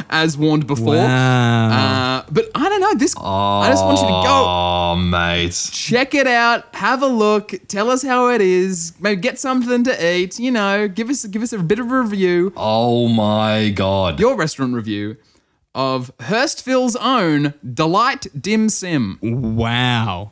Speaker 2: [LAUGHS] as warned before.
Speaker 3: Wow.
Speaker 2: Uh, but I don't know. This I just want you to go
Speaker 1: Oh, mate.
Speaker 2: check it out, have a look, tell us how it is, maybe get something to eat. You know, give us give us a bit of a review,
Speaker 1: Oh my god.
Speaker 2: your restaurant review of Hurstville's own Delight Dim Sim.
Speaker 3: wow.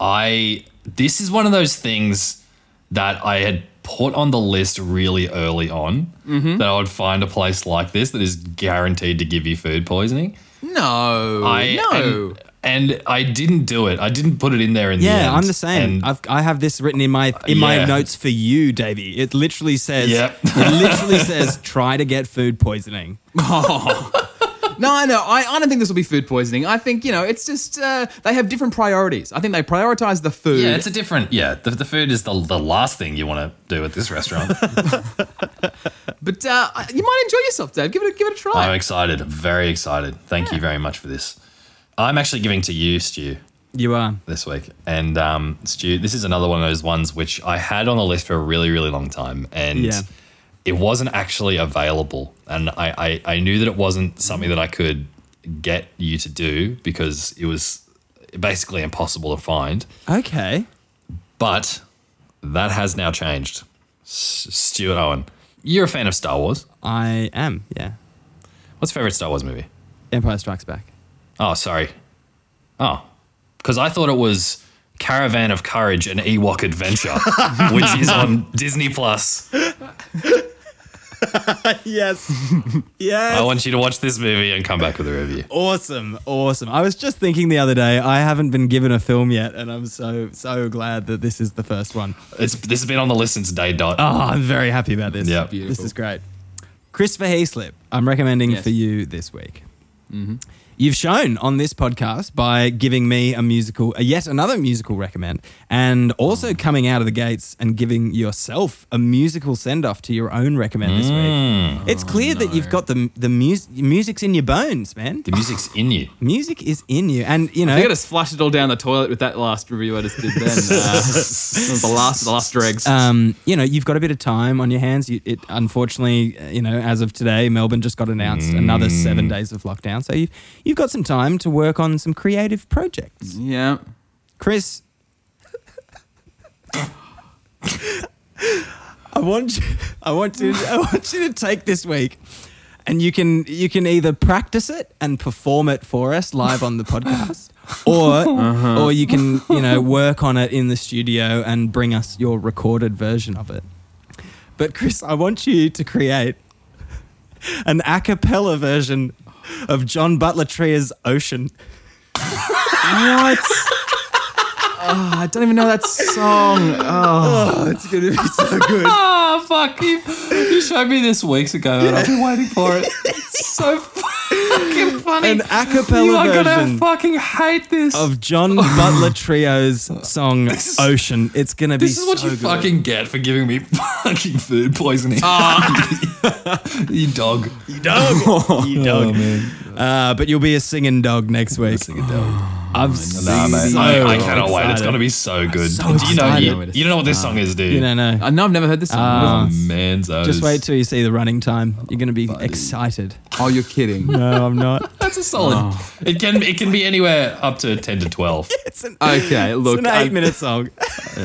Speaker 1: I. This is one of those things that I had put on the list really early on. That I would find a place like this that is guaranteed to give you food poisoning.
Speaker 2: No,
Speaker 1: I
Speaker 2: no.
Speaker 1: And, and I didn't do it. I didn't put it in there in the end.
Speaker 3: Yeah, I'm the same.
Speaker 1: And
Speaker 3: I've, I have this written in my in my
Speaker 1: Yeah.
Speaker 3: notes for you, Davey. It literally says
Speaker 1: Yep.
Speaker 3: [LAUGHS] it literally says try to get food poisoning.
Speaker 2: No, no, I, I don't think this will be food poisoning. I think, you know, it's just uh, they have different priorities. I think they prioritize the food.
Speaker 1: yeah, it's a different. Yeah, the, the food is the, the last thing you want to do at this restaurant.
Speaker 2: But uh, you might enjoy yourself, Dave. Give it a, give it a try.
Speaker 1: I'm excited. Very excited. Thank you very much for this. I'm actually giving to you, Stu.
Speaker 3: You are.
Speaker 1: This week. And um, Stu, this is another one of those ones which I had on the list for a really, really long time. And
Speaker 3: Yeah.
Speaker 1: it wasn't actually available. And I, I, I knew that it wasn't something that I could get you to do because it was basically impossible to find.
Speaker 3: Okay.
Speaker 1: But that has now changed. S- Stuart Owen, you're a fan of Star Wars.
Speaker 3: I am, yeah.
Speaker 1: What's your favorite Star Wars movie?
Speaker 3: Empire Strikes Back.
Speaker 1: Oh, sorry. Oh, because I thought it was Caravan of Courage and Ewok [LAUGHS] Adventure, which is on Disney Plus.
Speaker 3: yes. [LAUGHS] yes.
Speaker 1: I want you to watch this movie and come back with a review.
Speaker 3: Awesome, awesome. I was just thinking the other day, I haven't been given a film yet, and I'm so so glad that this is the first one.
Speaker 1: It's this has been on the list since day dot.
Speaker 3: Oh, I'm very happy about this.
Speaker 1: Yep.
Speaker 3: this is great. Christopher Heaslip, I'm recommending
Speaker 2: Yes.
Speaker 3: for you this week. You've shown on this podcast by giving me a musical, a yet another musical recommend, and
Speaker 2: Mm.
Speaker 3: also coming out of the gates and giving yourself a musical send off to your own recommend this
Speaker 2: Mm.
Speaker 3: week. It's clear that you've got the the mus- music's in your bones, man.
Speaker 1: The music's in you.
Speaker 3: Music is in you, and you know.
Speaker 2: I think I just flushed it all down the toilet with that last review I just did. Then [LAUGHS] uh, the last, the last dregs.
Speaker 3: um, you know, you've got a bit of time on your hands. You, it unfortunately, uh, you know, as of today, Melbourne just got announced another seven days of lockdown. So you've you've got some time to work on some creative projects.
Speaker 2: yeah.
Speaker 3: Chris, I want you, I want you, I want you to take this week, and you can you can either practice it and perform it for us live on the podcast, or or you can you know work on it in the studio and bring us your recorded version of it. But Chris, I want you to create an a cappella version of John Butler Trier's Ocean.
Speaker 2: What? Oh, I don't even know that
Speaker 3: [LAUGHS]
Speaker 2: song. Oh,
Speaker 3: Oh, it's gonna be so good.
Speaker 1: Ah, fuck you. You showed me this weeks ago, and I've been waiting for it. It's so fucking funny.
Speaker 3: An a cappella version Oh,
Speaker 1: fucking hate this.
Speaker 3: of John Butler Trio's song Ocean. It's gonna be
Speaker 1: This is what
Speaker 3: so
Speaker 1: you
Speaker 3: good.
Speaker 1: fucking get for giving me fucking food poisoning. [LAUGHS] you dog. You [LAUGHS] dog. you dog. man.
Speaker 3: Uh, but you'll be a singing dog next week. I'm so
Speaker 1: I, I cannot wait. It's
Speaker 3: excited.
Speaker 1: gonna be so good. do you know?
Speaker 2: excited.
Speaker 1: You, you don't know what this song is, dude.
Speaker 3: You don't know.
Speaker 2: I know Uh, I've never heard this song. What is
Speaker 1: Oh,
Speaker 2: it?
Speaker 1: man,
Speaker 3: Just wait till you see the running time. You're gonna be excited.
Speaker 2: Oh, you're kidding.
Speaker 3: [LAUGHS] No, I'm not.
Speaker 1: That's a solid.
Speaker 3: Oh.
Speaker 1: It can it can be anywhere up to ten to twelve.
Speaker 3: it's an,
Speaker 2: Okay, look.
Speaker 3: it's an
Speaker 2: I-
Speaker 3: eight-minute song. [LAUGHS]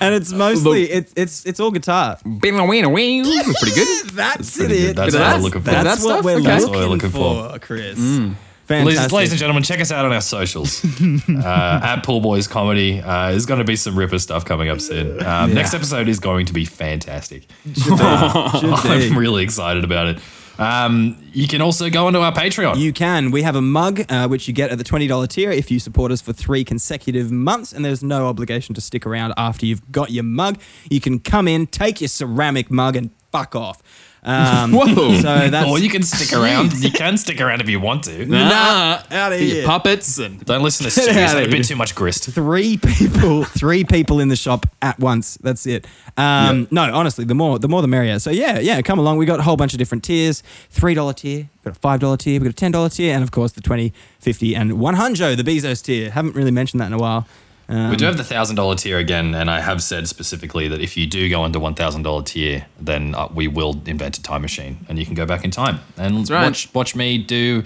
Speaker 3: and it's mostly it's it's it's all guitar.
Speaker 2: That's pretty good.
Speaker 3: [LAUGHS] That's
Speaker 1: pretty good.
Speaker 3: it.
Speaker 1: That's what we're looking for.
Speaker 3: That's,
Speaker 2: That's
Speaker 3: what
Speaker 2: stuff?
Speaker 3: we're
Speaker 2: Okay.
Speaker 3: looking,
Speaker 2: That's
Speaker 1: what we're looking for. Mm.
Speaker 3: for, Chris.
Speaker 1: Ladies,
Speaker 3: [LAUGHS] Fantastic.
Speaker 1: ladies and gentlemen, check us out on our
Speaker 3: [LAUGHS]
Speaker 1: socials uh, at Pool Boys Comedy. Uh, there's going to be some ripper stuff coming up soon. Um, Next episode is going to be fantastic. Uh,
Speaker 3: be.
Speaker 1: I'm really excited about it. Um, you can also go onto our Patreon.
Speaker 3: You can. We have a mug uh, which you get at the $20 tier if you support us for three consecutive months, and there's no obligation to stick around after you've got your mug. You can come in, take your ceramic mug, and fuck off. Um,
Speaker 2: Whoa.
Speaker 3: [LAUGHS] So that's
Speaker 1: or Oh, you can stick
Speaker 3: [LAUGHS]
Speaker 1: around. You can stick around if you want to.
Speaker 2: Nah,
Speaker 3: out of
Speaker 2: get your
Speaker 3: here.
Speaker 2: puppets and
Speaker 1: Don't listen to
Speaker 3: [LAUGHS]
Speaker 1: Stu.
Speaker 2: outta
Speaker 1: He's had a
Speaker 2: here.
Speaker 1: bit too much grist.
Speaker 3: three [LAUGHS] people, three people in the shop at once. That's it. Um, No, honestly, the more, the more, the merrier. So yeah, yeah, come along. We got a whole bunch of different tiers: three dollar tier, we got a five dollar tier, we got a ten dollar tier, and of course the twenty, fifty, and one hundred. The Bezos tier. Haven't really mentioned that in a while. Um,
Speaker 1: We do have the thousand dollar tier again, and I have said specifically that if you do go into one thousand dollar tier, then uh, we will invent a time machine, and you can go back in time and
Speaker 2: right.
Speaker 1: watch watch me do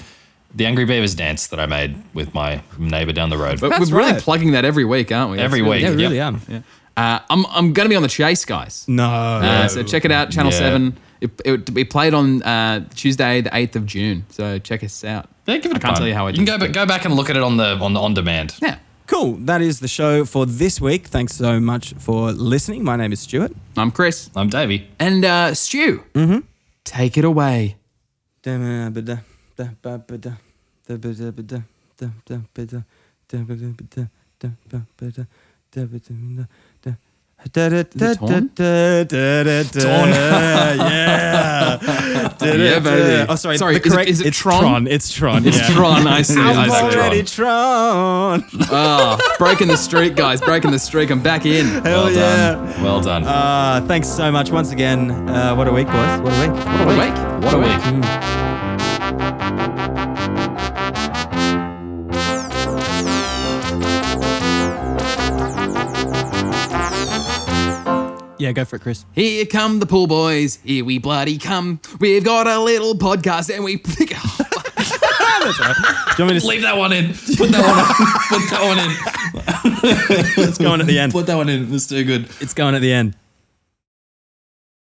Speaker 1: the Angry Beavers dance that I made with my neighbor down the road.
Speaker 2: But
Speaker 3: That's
Speaker 2: we're really
Speaker 3: right.
Speaker 2: plugging that every week, aren't we?
Speaker 1: Every
Speaker 2: That's
Speaker 1: week,
Speaker 3: yeah, we
Speaker 1: yeah.
Speaker 3: really am.
Speaker 2: Uh, I'm, I'm going to be on the chase, guys.
Speaker 3: No.
Speaker 2: Uh, so check it out, Channel
Speaker 1: Yeah.
Speaker 2: 7. It, it would be played on uh, Tuesday, the 8th of June. So check us out.
Speaker 1: Yeah, give it
Speaker 2: I
Speaker 1: a
Speaker 2: can't
Speaker 1: time.
Speaker 2: tell you how I
Speaker 1: you can
Speaker 2: did
Speaker 1: go
Speaker 2: it,
Speaker 1: back, go back and look at it on the on the on demand.
Speaker 2: Yeah.
Speaker 3: Cool. That is the show for this week. Thanks so much for listening. My name is Stuart.
Speaker 2: I'm Chris.
Speaker 1: I'm Davey.
Speaker 2: And uh, Stu, mm-hmm. take it away.
Speaker 3: Dawn. yeah. it is.
Speaker 2: Yeah, baby.
Speaker 3: Yeah. Oh, sorry.
Speaker 2: Sorry,
Speaker 3: the
Speaker 2: is it-
Speaker 3: correct,
Speaker 2: is it
Speaker 3: it's
Speaker 2: Tron?
Speaker 3: It's Tron.
Speaker 2: It's
Speaker 3: yeah.
Speaker 2: Tron, I see, I
Speaker 3: I'm
Speaker 2: see.
Speaker 3: already Tron.
Speaker 2: Ah, breaking the streak, guys. Breaking the streak. I'm back in.
Speaker 3: Hell
Speaker 1: Well
Speaker 3: yeah.
Speaker 1: done. Well done.
Speaker 3: Uh, thanks so much once again. Uh, what a week, boys. What a week.
Speaker 2: What a week.
Speaker 1: what a week.
Speaker 2: [LAUGHS]
Speaker 3: Yeah, go for it, Chris.
Speaker 2: Here come the pool boys. Here we bloody come. We've got a little podcast and we [LAUGHS] pick
Speaker 3: Do you want me to
Speaker 1: Leave that one in. Put that one [LAUGHS] in. Put that one in.
Speaker 3: It's going at the end.
Speaker 1: Put that one in. It's too good.
Speaker 3: It's going at the end.